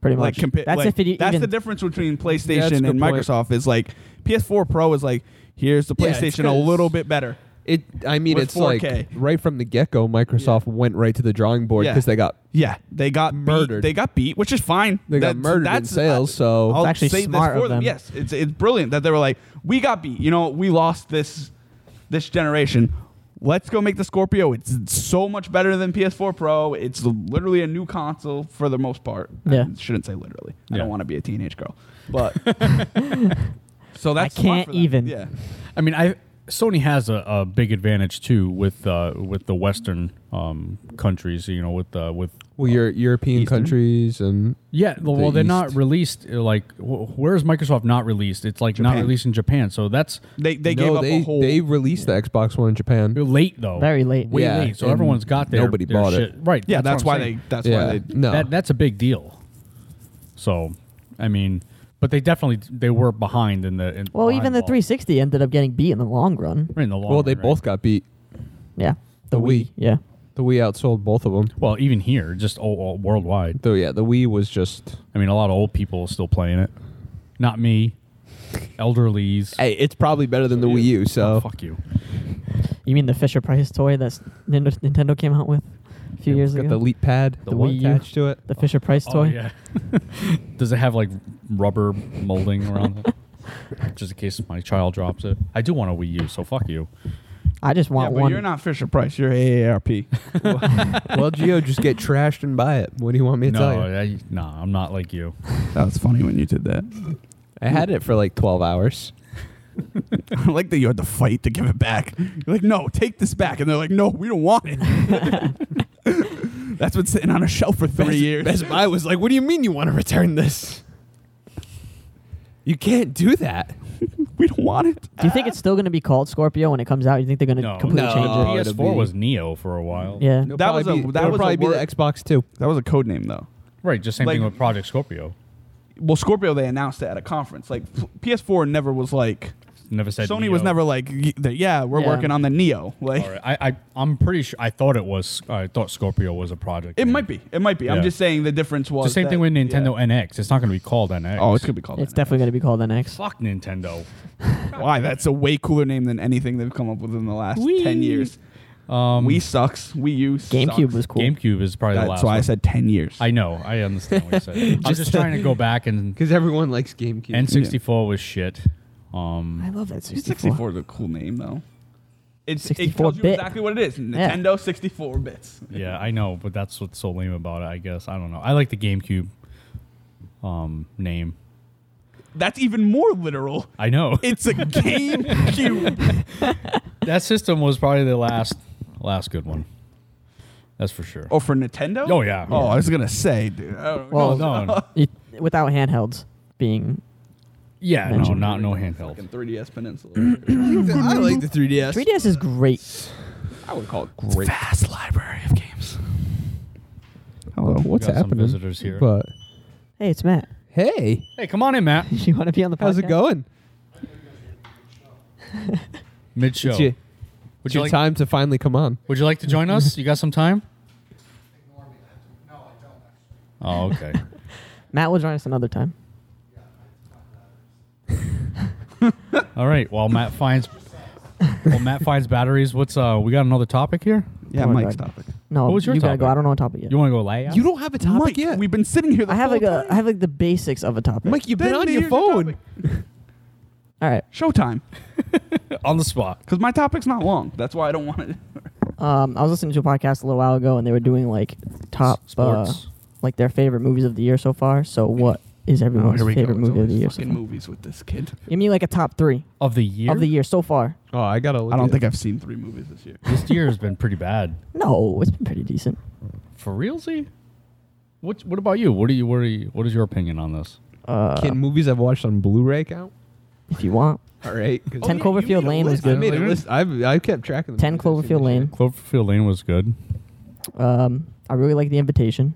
Speaker 4: pretty
Speaker 1: Like
Speaker 4: much.
Speaker 1: compa-
Speaker 4: that's
Speaker 1: like,
Speaker 4: if it
Speaker 1: that's
Speaker 4: even
Speaker 1: the difference between PlayStation
Speaker 3: That's a good
Speaker 1: and
Speaker 3: point.
Speaker 1: Microsoft is like PS4 Pro is like here's the
Speaker 3: Yeah, it's
Speaker 1: PlayStation a
Speaker 3: 'cause-
Speaker 1: little bit better.
Speaker 3: It. I mean,
Speaker 1: With
Speaker 3: it's
Speaker 1: 4K.
Speaker 3: like right from the get go, Microsoft went right to the drawing board
Speaker 1: Yeah.
Speaker 3: because they got
Speaker 1: Yeah, they got murdered.
Speaker 3: Murdered.
Speaker 1: They got beat, which is fine.
Speaker 3: they got
Speaker 1: That's-
Speaker 3: murdered in
Speaker 1: that's-
Speaker 3: sales. so
Speaker 1: I'll
Speaker 4: It's actually
Speaker 1: say this
Speaker 4: smart
Speaker 1: for
Speaker 4: of them.
Speaker 1: Yes, it's it's brilliant that they were like, we got beat. You know, we lost this this generation. Let's go make the Scorpio. It's so much better than PS4 Pro. It's literally a new console for the most part.
Speaker 4: Yeah.
Speaker 1: I shouldn't say literally. I
Speaker 2: Yeah.
Speaker 1: don't want to be a teenage girl, but so that's
Speaker 4: I
Speaker 1: smart
Speaker 4: can't
Speaker 1: for them.
Speaker 4: even.
Speaker 1: Yeah,
Speaker 2: I mean, I Sony has a, a big advantage too with uh, with the Western um, countries. You know, with uh, with
Speaker 3: well, your European
Speaker 1: Eastern.
Speaker 3: countries and
Speaker 2: yeah. well,
Speaker 3: The
Speaker 2: they're not
Speaker 3: East.
Speaker 2: released. uh, Like, wh- where is Microsoft not released? It's like not
Speaker 1: Japan.
Speaker 2: released in Japan. So that's
Speaker 1: they they
Speaker 3: no,
Speaker 1: gave up
Speaker 3: they
Speaker 1: a whole.
Speaker 3: they released the Xbox One in Japan.
Speaker 2: late though.
Speaker 4: Very late.
Speaker 2: Way
Speaker 3: Yeah,
Speaker 2: late. So
Speaker 3: and
Speaker 2: everyone's got their
Speaker 3: nobody
Speaker 2: their
Speaker 3: bought it.
Speaker 2: shit. Right.
Speaker 1: yeah, that's,
Speaker 2: what
Speaker 1: why
Speaker 2: I'm saying.
Speaker 1: they. That's
Speaker 3: yeah,
Speaker 1: why they.
Speaker 3: no,
Speaker 2: That that's a big deal. So, I mean, but they definitely they were behind in the in
Speaker 4: well,
Speaker 2: behind
Speaker 4: even the
Speaker 2: ball.
Speaker 4: 360 ended up getting beat in the long run.
Speaker 2: Right, in the long
Speaker 3: well, they
Speaker 2: run, right?
Speaker 3: both got beat.
Speaker 4: Yeah.
Speaker 3: The Wii.
Speaker 4: Yeah.
Speaker 3: The Wii outsold both of them.
Speaker 2: Well, even here, just all, all worldwide.
Speaker 3: Though, yeah, the Wii was just.
Speaker 2: I mean, a lot of old people are still playing it. Not me. Elderlies.
Speaker 3: Hey, it's probably better than the Wii U. So
Speaker 2: Oh, fuck you.
Speaker 4: You mean the Fisher Price toy that Nintendo came out with a few
Speaker 2: Yeah,
Speaker 4: years
Speaker 3: got
Speaker 4: ago?
Speaker 3: the Leap Pad,
Speaker 4: The Wii U.
Speaker 3: attached to it.
Speaker 4: The Fisher Price
Speaker 2: Oh
Speaker 4: toy.
Speaker 2: yeah. Does it have like rubber molding around it? Just in case my child drops it. I do want a Wii U, so fuck you.
Speaker 4: I just
Speaker 1: Yeah,
Speaker 4: want
Speaker 1: but
Speaker 4: one.
Speaker 1: you're not Fisher Price. You're AARP.
Speaker 3: well, Geo, just get trashed and buy it. What do you want me to
Speaker 2: no,
Speaker 3: tell you?
Speaker 2: I, nah, I'm not like you.
Speaker 1: that was funny when you did that.
Speaker 3: I had it for like 12 hours.
Speaker 1: I like that you had to fight to give it back. You're like, no, take this back. And they're like, no, we don't want it. That's been sitting on a shelf for three years.
Speaker 3: Best Buy was like, what do you mean you want to return this? You can't do that.
Speaker 1: we don't want it.
Speaker 4: Do you think it's still going to be called Scorpio when it comes out? You think they're going to
Speaker 2: No,
Speaker 4: completely
Speaker 3: No.
Speaker 4: change
Speaker 3: Oh, it'll
Speaker 2: PS4
Speaker 3: be-
Speaker 2: was Neo for a while.
Speaker 4: it? Yeah.
Speaker 1: That was a- that
Speaker 3: it'll
Speaker 1: was a
Speaker 3: probably be the
Speaker 1: word-
Speaker 3: Xbox too.
Speaker 1: That was a code name, though.
Speaker 2: Right, just same
Speaker 1: Like-
Speaker 2: thing with Project Scorpio.
Speaker 1: Well, Scorpio, they announced it at a conference. Like, F- PS4 never was like,
Speaker 2: Never said E
Speaker 1: Sony
Speaker 2: Neo.
Speaker 1: was never like, y- the- yeah, we're
Speaker 4: Yeah.
Speaker 1: working on the Neo. Like,
Speaker 2: All right, I, I I'm pretty sure I thought it was I thought Scorpio was a project.
Speaker 1: it
Speaker 2: name.
Speaker 1: might be. It might be. I'm
Speaker 2: Yeah.
Speaker 1: just saying the difference was.
Speaker 2: It's the same
Speaker 1: that-
Speaker 2: thing with Nintendo
Speaker 1: yeah.
Speaker 2: NX. It's not going to be called NX.
Speaker 1: Oh, it's going to be called
Speaker 4: It's
Speaker 1: NX.
Speaker 4: definitely going to be called NX.
Speaker 2: fuck Nintendo.
Speaker 1: Why? That's a way cooler name than anything they've come up with in the last
Speaker 2: Wii.
Speaker 1: 10 years.
Speaker 2: Um,
Speaker 1: Wii sucks. Wii U sucks.
Speaker 4: GameCube was cool.
Speaker 2: GameCube is probably the
Speaker 1: That's
Speaker 2: last.
Speaker 1: why I
Speaker 2: one.
Speaker 1: said 10 years.
Speaker 2: I know. I understand what you said. I'm just trying to go back and
Speaker 3: Because everyone likes GameCube.
Speaker 2: N64 was shit. Um,
Speaker 4: I love that 64.
Speaker 1: 64 is a cool name, though. It's, it
Speaker 4: 64
Speaker 1: tells you
Speaker 4: bit.
Speaker 1: exactly what it is. Nintendo 64 bits.
Speaker 2: yeah, I know, but that's what's so lame about it. I guess I don't know. I like the GameCube um, name.
Speaker 1: That's even more literal.
Speaker 2: I know
Speaker 1: It's a GameCube.
Speaker 2: that system was probably the last last good one. That's for sure.
Speaker 1: oh, for Nintendo?
Speaker 2: Oh, yeah. Oh,
Speaker 1: Oh, I was gonna say, dude. I don't
Speaker 4: Well,
Speaker 1: know.
Speaker 2: no, no.
Speaker 4: It, without handhelds being.
Speaker 2: yeah, no,
Speaker 4: Mention-
Speaker 2: not no handheld.
Speaker 1: Fucking 3DS Peninsula.
Speaker 3: I like
Speaker 4: Mm-hmm.
Speaker 3: the 3DS.
Speaker 4: 3DS is great.
Speaker 3: I would call it great.
Speaker 1: Vast library of games.
Speaker 3: Hello, what's
Speaker 2: We got
Speaker 3: happening?
Speaker 2: Some visitors here.
Speaker 3: But
Speaker 4: Hey, it's Matt.
Speaker 3: hey,
Speaker 2: hey, come on in, Matt.
Speaker 4: you want to be on the podcast?
Speaker 3: how's it going?
Speaker 2: Mid show.
Speaker 3: It's your,
Speaker 2: Would
Speaker 3: it's
Speaker 2: you
Speaker 3: your
Speaker 2: like?
Speaker 3: time to finally come on.
Speaker 2: Would you like to join us? You got some time? Oh, okay.
Speaker 4: Matt will join us another time.
Speaker 2: All right. While Matt finds, while Matt finds batteries, what's uh? We got another topic here.
Speaker 1: Yeah,
Speaker 4: Oh my
Speaker 1: Mike's
Speaker 4: God.
Speaker 1: topic.
Speaker 4: No,
Speaker 2: What was your
Speaker 4: you gotta
Speaker 2: topic?
Speaker 4: go. I don't know what topic yet.
Speaker 2: You want to go lay out?
Speaker 3: don't have a
Speaker 1: Mike, we've been sitting here. The
Speaker 4: I have
Speaker 1: whole
Speaker 4: like a,
Speaker 1: time.
Speaker 4: I have like the basics of a topic.
Speaker 3: Mike, you've been
Speaker 1: Then
Speaker 3: on
Speaker 1: here's the
Speaker 3: your phone.
Speaker 1: topic.
Speaker 4: All right.
Speaker 1: Showtime,
Speaker 2: on the spot.
Speaker 1: because my topic's not long. That's why I don't want it.
Speaker 4: Um, I was listening to a podcast a little while ago, and they were doing like top uh,
Speaker 2: sports. Oh,
Speaker 4: like their favorite movies of the year so far. So what is everyone's favorite movie of the year? So
Speaker 1: Fucking
Speaker 4: far?
Speaker 1: movies with this kid.
Speaker 4: You mean like a top three
Speaker 2: of the year.
Speaker 4: of the year so far?
Speaker 3: Oh, I gotta. Look
Speaker 1: I don't
Speaker 3: at-
Speaker 1: think I've seen three movies this year.
Speaker 2: This year has been pretty bad.
Speaker 4: No, it's been pretty decent.
Speaker 2: For real, see. What What about you? What do you? What are you? What is your opinion on this?
Speaker 3: Can movies I've watched on Blu-ray count?
Speaker 4: Uh, If you want,
Speaker 3: All right. 'cause-
Speaker 4: Ten
Speaker 1: Oh, yeah, you
Speaker 4: Cloverfield
Speaker 1: made a
Speaker 4: Lane was
Speaker 1: list.
Speaker 3: I
Speaker 4: good.
Speaker 3: made a list. I've, I've kept track of the
Speaker 4: Ten
Speaker 3: movies I've seen
Speaker 4: Cloverfield
Speaker 3: this year.
Speaker 4: Lane.
Speaker 2: Cloverfield Lane was good.
Speaker 4: Um, I really like the invitation.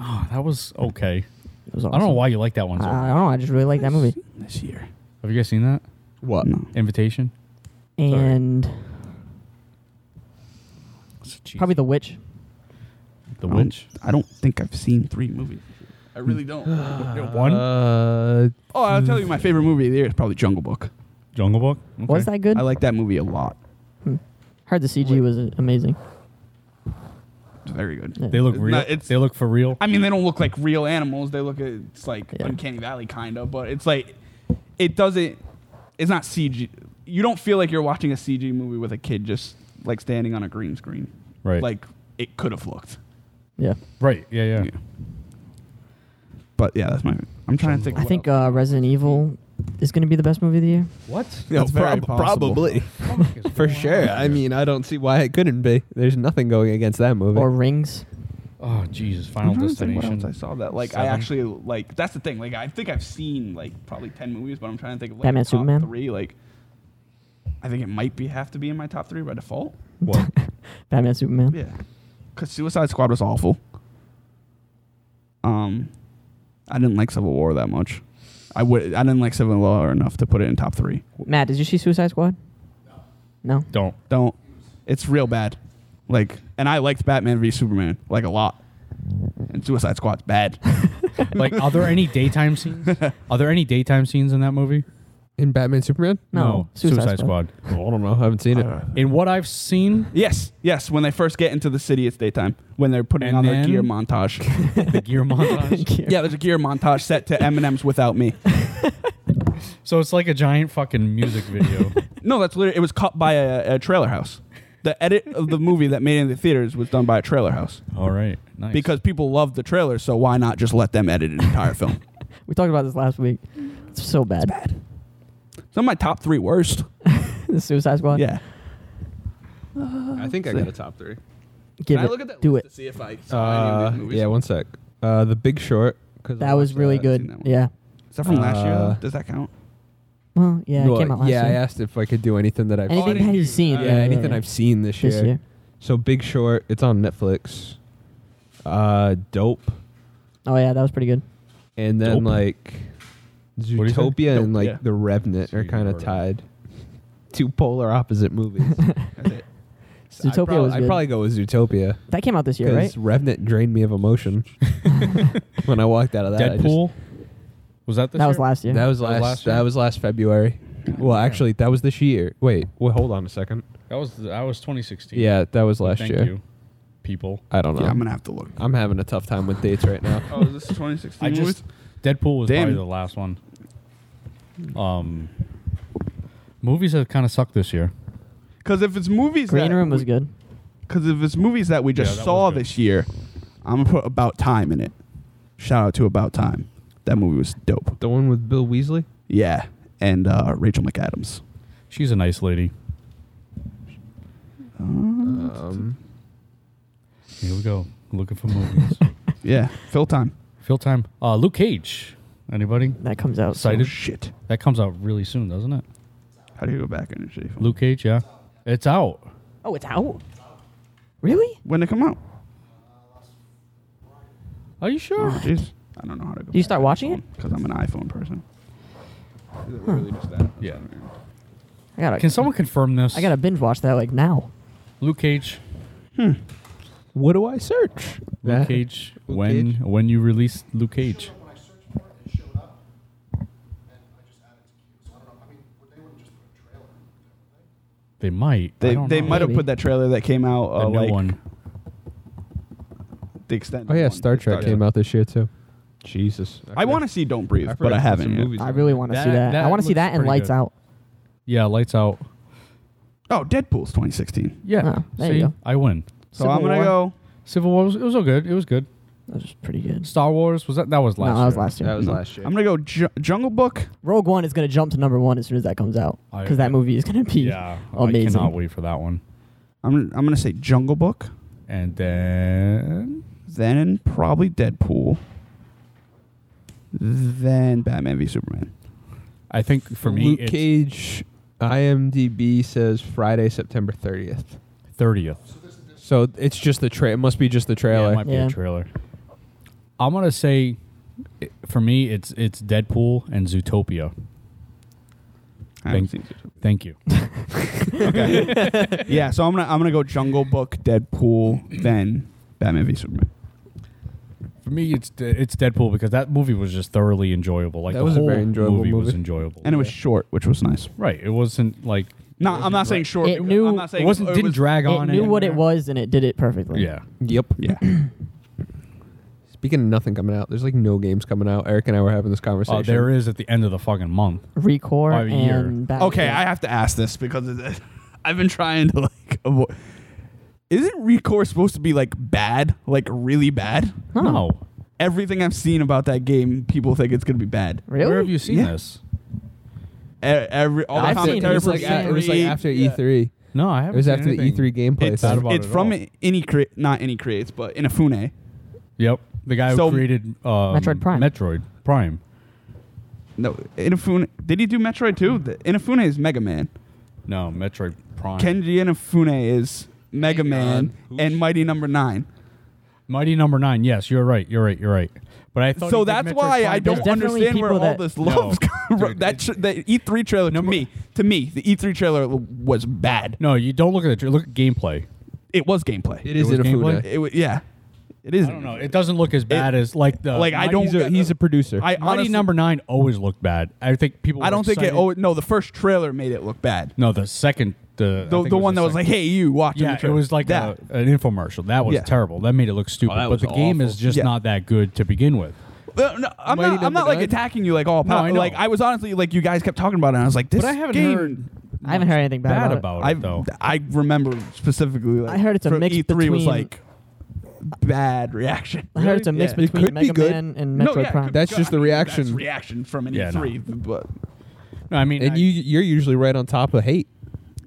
Speaker 2: Oh, that was okay.
Speaker 4: It was
Speaker 2: I don't know
Speaker 4: awesome.
Speaker 2: why you like that one. So
Speaker 1: Uh,
Speaker 4: I, I don't know. I just really like that movie.
Speaker 1: this year.
Speaker 2: Have you guys seen that
Speaker 3: What?
Speaker 1: No.
Speaker 2: invitation?
Speaker 4: And
Speaker 2: It's cheesy.
Speaker 4: probably The Witch.
Speaker 2: the
Speaker 1: I don't-
Speaker 2: witch.
Speaker 1: I don't think I've seen three movies. I really don't.
Speaker 2: One
Speaker 3: Uh,
Speaker 1: Oh, I'll tell you my favorite movie of the year is probably Jungle Book.
Speaker 2: Jungle Book.
Speaker 4: Was that good?
Speaker 1: I like that movie a lot.
Speaker 4: Heard the CG was uh, amazing.
Speaker 1: It's very good.
Speaker 4: Yeah.
Speaker 2: They look
Speaker 1: It's
Speaker 2: real.
Speaker 1: not- it's-
Speaker 2: they look for real.
Speaker 1: I mean, they don't look like real animals. They look it's like
Speaker 4: Yeah.
Speaker 1: Uncanny Valley kind of, but it's like it doesn't. It's not CG. You don't feel like you're watching a CG movie with a kid just like standing on a green screen.
Speaker 2: Right.
Speaker 1: Like it could have looked.
Speaker 4: Yeah.
Speaker 2: right. Yeah. Yeah.
Speaker 1: Yeah. But yeah, that's my. I'm trying to think.
Speaker 4: I
Speaker 1: what
Speaker 4: think
Speaker 1: else.
Speaker 4: uh, Resident Evil is going to be the best movie of the year.
Speaker 2: What?
Speaker 3: no,
Speaker 1: That's very
Speaker 3: prob-
Speaker 1: possible.
Speaker 3: probably for sure. I mean, I don't see why it couldn't be. There's nothing going against that movie.
Speaker 4: Or Rings.
Speaker 2: Oh Jesus!
Speaker 1: I'm
Speaker 2: Final
Speaker 1: trying to think what else
Speaker 2: Destination.
Speaker 1: I saw that like I
Speaker 2: Seven.
Speaker 1: actually like. That's the thing. Like I think I've seen like probably ten movies, but I'm trying to think of like
Speaker 4: Batman,
Speaker 1: top
Speaker 4: Superman?
Speaker 1: three. Like I think it might be have to be in my top three by default.
Speaker 2: What?
Speaker 4: Batman, Superman.
Speaker 1: Yeah, because Suicide Squad was awful. Um, I didn't like Civil War that much. I would. I didn't like Civil War enough to put it in top three.
Speaker 4: Matt, did you see Suicide Squad? No.
Speaker 2: Don't.
Speaker 1: Don't. It's real bad. Like, and I liked Batman v Superman like a lot. And Suicide Squad's bad.
Speaker 2: Like, are there any daytime scenes? Are there any daytime scenes in that movie?
Speaker 3: in Batman Superman?
Speaker 4: No.
Speaker 2: Suicide, Squad.
Speaker 3: I don't know. I haven't seen it.
Speaker 2: In what I've seen,
Speaker 1: yes, yes. When they first get into the city, it's daytime. When they're putting
Speaker 2: And
Speaker 1: on their
Speaker 2: then-
Speaker 1: gear montage.
Speaker 2: the gear montage.
Speaker 1: yeah, there's a gear montage set to Eminem's "Without Me."
Speaker 2: So it's like a giant fucking music video.
Speaker 1: No, that's literally. It was cut by a, a trailer house. The edit of the movie that made it in the theaters was done by a trailer house.
Speaker 2: All right. Nice.
Speaker 1: because people love the trailer, so why not just let them edit an entire film?
Speaker 4: We talked about this last week. It's so bad.
Speaker 1: Some of my top three worst.
Speaker 4: the Suicide Squad.
Speaker 1: Yeah.
Speaker 3: I think I got a top three.
Speaker 4: Give it. Do it.
Speaker 1: see if I
Speaker 3: Uh, yeah, one sec. Uh, the Big Short. 'cause I
Speaker 4: That was
Speaker 3: watched
Speaker 4: really
Speaker 3: that.
Speaker 1: seen that
Speaker 4: good.
Speaker 1: one.
Speaker 4: Yeah.
Speaker 1: Is that from last year? though?
Speaker 3: Uh,
Speaker 1: Does that count?
Speaker 4: Well, yeah,
Speaker 3: Well,
Speaker 4: it came out last
Speaker 3: yeah, I
Speaker 4: year.
Speaker 3: asked if I could do anything that I've
Speaker 4: Anything
Speaker 3: seen.
Speaker 4: that you've seen.
Speaker 3: yeah,
Speaker 4: yeah,
Speaker 3: anything
Speaker 4: yeah.
Speaker 3: I've seen this year.
Speaker 4: This year.
Speaker 3: So Big Short, it's on Netflix. Uh, dope,
Speaker 4: Oh, yeah, that was pretty good.
Speaker 3: and then
Speaker 2: Dope?
Speaker 3: like
Speaker 2: do you say?
Speaker 3: Zootopia
Speaker 1: Dope,
Speaker 3: and like
Speaker 1: yeah.
Speaker 3: The Revenant
Speaker 2: So
Speaker 3: are
Speaker 2: you
Speaker 3: kind
Speaker 2: heard
Speaker 3: of
Speaker 2: of-
Speaker 3: tied. Two polar opposite movies.
Speaker 1: That's it.
Speaker 3: So I'd
Speaker 4: Zootopia
Speaker 3: prob-
Speaker 4: was
Speaker 3: I'd
Speaker 4: good.
Speaker 3: probably go with Zootopia
Speaker 4: That came out this year,
Speaker 3: because
Speaker 4: right?
Speaker 3: Revenant drained me of emotion when I walked out of that. I just-
Speaker 2: Deadpool. was that this
Speaker 4: That was
Speaker 2: year?
Speaker 4: last year.
Speaker 3: that was
Speaker 2: That was
Speaker 3: last.
Speaker 2: last year?
Speaker 3: that was last February. Well, actually, that was this year. Wait, well, hold on a second.
Speaker 2: That was that was 2016.
Speaker 3: Yeah, that was last
Speaker 2: Thank
Speaker 3: year.
Speaker 2: you, people.
Speaker 3: I don't know.
Speaker 1: Yeah, I'm
Speaker 3: I'm,
Speaker 1: gonna have to look.
Speaker 3: having a tough time with dates right now.
Speaker 1: Oh, is this 2016?
Speaker 2: I just Deadpool was
Speaker 1: Damn.
Speaker 2: probably the last one. Um, movies have kind of sucked this year.
Speaker 1: because if it's movies,
Speaker 4: Green
Speaker 1: that
Speaker 4: Room was good.
Speaker 1: Because if it's movies that we just
Speaker 2: Yeah, that
Speaker 1: saw
Speaker 2: was good.
Speaker 1: this year, I'm gonna put About Time in it. Shout out to About Time. That movie was dope.
Speaker 3: The one with Bill Weasley.
Speaker 1: Yeah, and uh, Rachel McAdams.
Speaker 2: She's a nice lady.
Speaker 3: Um,
Speaker 2: Here we go. Looking for movies.
Speaker 1: Yeah, fill time.
Speaker 2: Fill time. Uh, Luke Cage. Anybody?
Speaker 4: That comes out.
Speaker 1: Oh,
Speaker 2: Sight- I did-
Speaker 1: shit.
Speaker 2: That comes out really soon, doesn't it?
Speaker 1: How do you go back in your shitty phone?
Speaker 2: Luke Cage. Yeah, it's out.
Speaker 4: Oh, it's out? Really?
Speaker 1: When did it come out?
Speaker 2: Are you sure?
Speaker 1: Oh, jeez. I don't know how to go.
Speaker 4: you start watching it?
Speaker 1: Because I'm an iPhone person. Is it really just that?
Speaker 2: Yeah.
Speaker 4: I gotta,
Speaker 2: Can someone confirm this?
Speaker 4: I gotta binge watch that like now.
Speaker 2: Luke Cage.
Speaker 3: what do I search?
Speaker 2: Luke
Speaker 3: Nah.
Speaker 2: Cage.
Speaker 3: Luke
Speaker 2: when
Speaker 3: Cage?
Speaker 2: when you release Luke Cage?
Speaker 5: When I searched for it, it showed up, and I just added to queue. So I don't know. I mean, would they would have just put a trailer.
Speaker 2: They might. I
Speaker 1: They,
Speaker 2: don't
Speaker 1: they
Speaker 2: know.
Speaker 1: might have
Speaker 4: Maybe.
Speaker 1: put that trailer that came out
Speaker 2: the
Speaker 1: uh,
Speaker 2: new
Speaker 1: like
Speaker 2: one.
Speaker 1: the extended.
Speaker 3: Oh yeah,
Speaker 1: one.
Speaker 3: Star
Speaker 1: The
Speaker 3: Trek came out this year too. Jesus,
Speaker 1: I want to see Don't Breathe, but I haven't. Yet.
Speaker 4: I really want to
Speaker 2: That-
Speaker 4: see that.
Speaker 2: that
Speaker 4: I want to see
Speaker 2: looks
Speaker 4: that and
Speaker 2: pretty
Speaker 4: Lights
Speaker 2: good.
Speaker 4: Out.
Speaker 2: Yeah, lights out.
Speaker 1: Oh, Deadpool's 2016.
Speaker 2: Yeah.
Speaker 4: Oh, there you
Speaker 2: see,
Speaker 4: go.
Speaker 2: I win.
Speaker 1: So
Speaker 4: Civil
Speaker 1: I'm gonna
Speaker 4: War.
Speaker 1: go.
Speaker 2: Civil War was it was all good. It was good.
Speaker 4: That was pretty good.
Speaker 2: Star Wars was that that was last.
Speaker 4: no, that
Speaker 2: year.
Speaker 4: was last year.
Speaker 3: That was
Speaker 1: no.
Speaker 3: last year.
Speaker 1: I'm gonna go Ju- Jungle Book.
Speaker 4: Rogue One is gonna jump to number one as soon as that comes out
Speaker 2: I-
Speaker 4: because that movie is gonna be
Speaker 2: Yeah, I
Speaker 4: amazing.
Speaker 2: cannot wait for that one.
Speaker 1: I'm I'm gonna say Jungle Book,
Speaker 2: And then
Speaker 1: then probably Deadpool, then Batman v Superman.
Speaker 2: I think for me
Speaker 3: Luke
Speaker 2: it's
Speaker 3: Cage. IMDb says Friday, September 30th.
Speaker 2: thirtieth.
Speaker 3: So it's just the tra- It must be just the
Speaker 2: Yeah,
Speaker 3: trailer.
Speaker 2: it might be
Speaker 4: Yeah.
Speaker 2: a trailer. I'm gonna say, i- for me, it's it's Deadpool and Zootopia.
Speaker 1: I haven't
Speaker 2: Thank-
Speaker 1: seen it.
Speaker 2: Thank you.
Speaker 1: Okay. yeah, so I'm gonna I'm gonna go Jungle Book, Deadpool, then Batman v Superman.
Speaker 2: For me, it's De- it's Deadpool because that movie was just thoroughly enjoyable. Like
Speaker 3: That
Speaker 2: the
Speaker 3: was a
Speaker 2: whole
Speaker 3: very enjoyable
Speaker 2: movie, was
Speaker 3: movie.
Speaker 2: enjoyable,
Speaker 1: And it was short, which was nice.
Speaker 2: right. It wasn't like
Speaker 1: No, I'm not saying short.
Speaker 4: It knew-
Speaker 1: I'm not saying
Speaker 2: it wasn't didn't
Speaker 1: was-
Speaker 2: drag
Speaker 4: It
Speaker 2: on.
Speaker 4: knew what it
Speaker 2: anywhere.
Speaker 4: was and it did it perfectly.
Speaker 2: Yeah,
Speaker 3: Yep.
Speaker 1: Yeah.
Speaker 3: Speaking of nothing coming out, there's like no games coming out. Eric and I were having this conversation.
Speaker 2: uh, there is at the end of the fucking month.
Speaker 4: Recore
Speaker 2: By a year.
Speaker 4: and Batman.
Speaker 1: Okay, I have to ask this because it- I've been trying to like avoid. Isn't Recore supposed to be like bad, like really bad?
Speaker 4: Huh.
Speaker 2: No,
Speaker 1: Everything I've seen about that game, people think it's gonna be bad.
Speaker 4: Really?
Speaker 2: where have you seen
Speaker 1: Yeah.
Speaker 2: this?
Speaker 1: E- Every all the
Speaker 4: I've seen it.
Speaker 1: commentary
Speaker 4: It was
Speaker 1: from
Speaker 3: like,
Speaker 4: a-
Speaker 3: it was like
Speaker 1: E3,
Speaker 3: after
Speaker 1: E
Speaker 3: E
Speaker 1: yeah.
Speaker 3: E3.
Speaker 2: No, I haven't.
Speaker 3: It was
Speaker 2: seen
Speaker 3: after
Speaker 4: E
Speaker 3: the
Speaker 2: anything.
Speaker 3: E3 gameplay.
Speaker 1: It's,
Speaker 2: Bad about
Speaker 1: it's
Speaker 2: it at
Speaker 1: from
Speaker 2: all.
Speaker 1: any cre- not any creates, but Inafune.
Speaker 2: Yep, the guy
Speaker 1: So-
Speaker 2: who created um,
Speaker 4: Metroid Prime.
Speaker 2: Metroid Prime.
Speaker 1: No, Inafune. Did he do Metroid too? The- Inafune is Mega Man.
Speaker 2: No, Metroid Prime.
Speaker 1: Kenji Inafune is Mega Man
Speaker 2: on.
Speaker 1: and Mighty Number Nine.
Speaker 2: Mighty Number Nine. Yes, you're right. You're right. You're right. But I thought
Speaker 1: So
Speaker 2: he did
Speaker 1: that's
Speaker 2: Metroid
Speaker 1: why I
Speaker 2: Prime
Speaker 1: don't
Speaker 4: There's definitely
Speaker 1: understand where
Speaker 4: people
Speaker 1: all
Speaker 4: that-
Speaker 1: this
Speaker 2: No.
Speaker 1: love's coming from.
Speaker 2: Dude,
Speaker 1: That
Speaker 2: it-
Speaker 1: tr- the E3 trailer to me, to me, the E3 trailer was bad.
Speaker 2: No, you don't look at the tra- look at gameplay.
Speaker 1: It was gameplay.
Speaker 3: It is
Speaker 2: was
Speaker 3: in a
Speaker 2: gameplay?
Speaker 3: food.
Speaker 1: It wa- yeah, it is.
Speaker 2: I don't know. It doesn't look as bad as like the
Speaker 1: Like, I
Speaker 2: Mighty-
Speaker 1: don't-
Speaker 3: He's a, he's a producer.
Speaker 1: I
Speaker 2: Mighty
Speaker 1: honestly,
Speaker 2: Number Nine always looked bad. I think people.
Speaker 1: I
Speaker 2: were
Speaker 1: don't think it.
Speaker 2: excited-
Speaker 1: Oh no, the first trailer made it look bad.
Speaker 2: no, the second the I
Speaker 1: The,
Speaker 2: think
Speaker 1: the
Speaker 2: it
Speaker 1: one
Speaker 2: the
Speaker 1: that was
Speaker 2: second-
Speaker 1: like, hey, you watching?
Speaker 2: Yeah,
Speaker 1: the
Speaker 2: it
Speaker 1: trailer.
Speaker 2: was like
Speaker 1: that.
Speaker 2: a- an infomercial. That was
Speaker 1: Yeah.
Speaker 2: terrible. Oh, That made it look stupid.
Speaker 3: that
Speaker 2: but
Speaker 3: was
Speaker 2: the game
Speaker 3: awful.
Speaker 2: is just
Speaker 1: Yeah.
Speaker 2: not that good to begin with.
Speaker 1: Uh, no, I'm
Speaker 3: Mighty
Speaker 1: not. I'm
Speaker 3: Number
Speaker 1: not like
Speaker 3: Nine?
Speaker 1: attacking you like all.
Speaker 2: No,
Speaker 1: power.
Speaker 2: I know.
Speaker 1: like I was honestly like you guys kept talking about it. and I was like, this.
Speaker 2: But I haven't
Speaker 1: game,
Speaker 2: heard.
Speaker 4: I haven't heard anything bad,
Speaker 2: bad
Speaker 4: about,
Speaker 2: about it,
Speaker 1: I
Speaker 2: though.
Speaker 1: I remember specifically. Like,
Speaker 4: I heard it's a
Speaker 1: from
Speaker 4: mix
Speaker 1: E3 was
Speaker 4: between-
Speaker 1: like bad reaction.
Speaker 4: it. I heard it's a
Speaker 1: Yeah.
Speaker 4: mix
Speaker 1: It
Speaker 4: between
Speaker 3: could be
Speaker 4: Mega
Speaker 3: good.
Speaker 4: Man and Metroid
Speaker 1: no, yeah, it
Speaker 4: Prime.
Speaker 1: could be
Speaker 3: That's
Speaker 1: good.
Speaker 3: just the
Speaker 1: I mean, that's
Speaker 3: reaction.
Speaker 1: reaction from an
Speaker 2: Yeah, no.
Speaker 1: E3, but
Speaker 2: No, I mean,
Speaker 3: and
Speaker 2: I-
Speaker 3: you you're usually right on top of hate.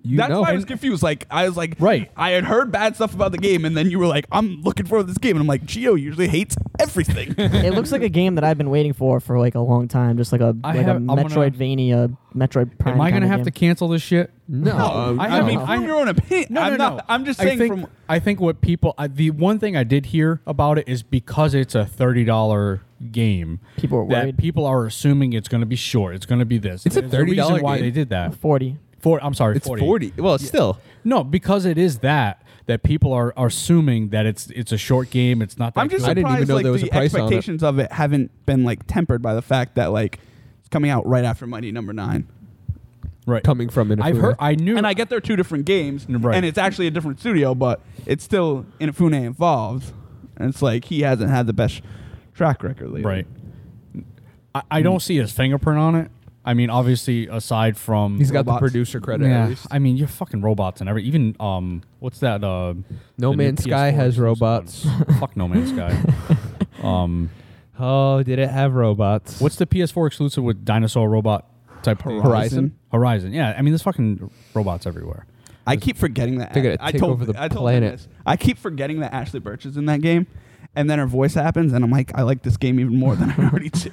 Speaker 3: You
Speaker 1: that's
Speaker 3: know.
Speaker 1: why I was confused. Like I was like,
Speaker 2: Right.
Speaker 1: I had heard bad stuff about the game, and then you were like, I'm looking forward to this game, and I'm like, Geo usually hates everything.
Speaker 4: it looks like a game that I've been waiting for for like a long time, just like a
Speaker 2: I
Speaker 4: like
Speaker 2: have-
Speaker 4: a
Speaker 2: I'm gonna-
Speaker 4: Metroidvania, Metroid Prime.
Speaker 2: am I gonna
Speaker 4: kinda
Speaker 2: have to
Speaker 4: game.
Speaker 2: cancel this shit?
Speaker 3: no, um,
Speaker 2: I
Speaker 1: I
Speaker 2: haven't-
Speaker 1: mean,
Speaker 4: know.
Speaker 1: from your own opinion,
Speaker 2: No,
Speaker 1: I'm
Speaker 2: no,
Speaker 1: not.
Speaker 2: no.
Speaker 1: I'm just
Speaker 2: I
Speaker 1: saying
Speaker 2: think-
Speaker 1: from.
Speaker 2: I think what people, I, the one thing I did hear about it is because it's a thirty dollar game.
Speaker 4: People are
Speaker 2: that
Speaker 4: worried.
Speaker 2: people are assuming it's going to be short. It's going to be this.
Speaker 3: It's a
Speaker 2: the reason
Speaker 3: $30
Speaker 2: Why
Speaker 3: game.
Speaker 2: they did that?
Speaker 4: forty?
Speaker 2: For I'm sorry,
Speaker 3: it's 40. Well, it's still.
Speaker 2: No, because it is that that people are, are assuming that it's it's a short game. It's not. That
Speaker 1: I'm just
Speaker 2: good.
Speaker 3: I
Speaker 1: surprised
Speaker 3: didn't even know
Speaker 1: like,
Speaker 3: there was
Speaker 1: the
Speaker 3: a price on it.
Speaker 1: expectations of it haven't been like tempered by the fact that like it's coming out right after Mighty Number Nine.
Speaker 2: right.
Speaker 3: coming from Inafune.
Speaker 2: I've heard. I knew.
Speaker 1: And I get they're two different games,
Speaker 2: Right.
Speaker 1: and it's actually a different studio, but it's still Inafune involved. And it's like he hasn't had the best track record lately.
Speaker 2: right. I, I don't see his fingerprint on it. I mean, obviously, aside from
Speaker 3: He's got
Speaker 1: Robots.
Speaker 3: the producer credit
Speaker 2: Yeah,
Speaker 3: at least.
Speaker 2: I mean, you're fucking robots and every even um, what's that? Uh, the
Speaker 3: No
Speaker 2: new
Speaker 3: Man's Sky
Speaker 2: PS4
Speaker 3: has
Speaker 2: exclusive
Speaker 3: robots.
Speaker 2: one? Fuck No Man's Sky. um,
Speaker 3: oh, did it have robots?
Speaker 2: what's the PS4 exclusive with dinosaur robot type thing?
Speaker 3: Horizon?
Speaker 2: Horizon. Yeah, I mean, there's fucking robots everywhere.
Speaker 1: I keep forgetting that.
Speaker 3: They're gonna
Speaker 1: I
Speaker 3: take
Speaker 1: told,
Speaker 3: over the
Speaker 1: I told
Speaker 3: planet.
Speaker 1: him this. I keep forgetting that Ashley Birch is in that game, and then her voice happens, and I'm like, I like this game even more than I already do.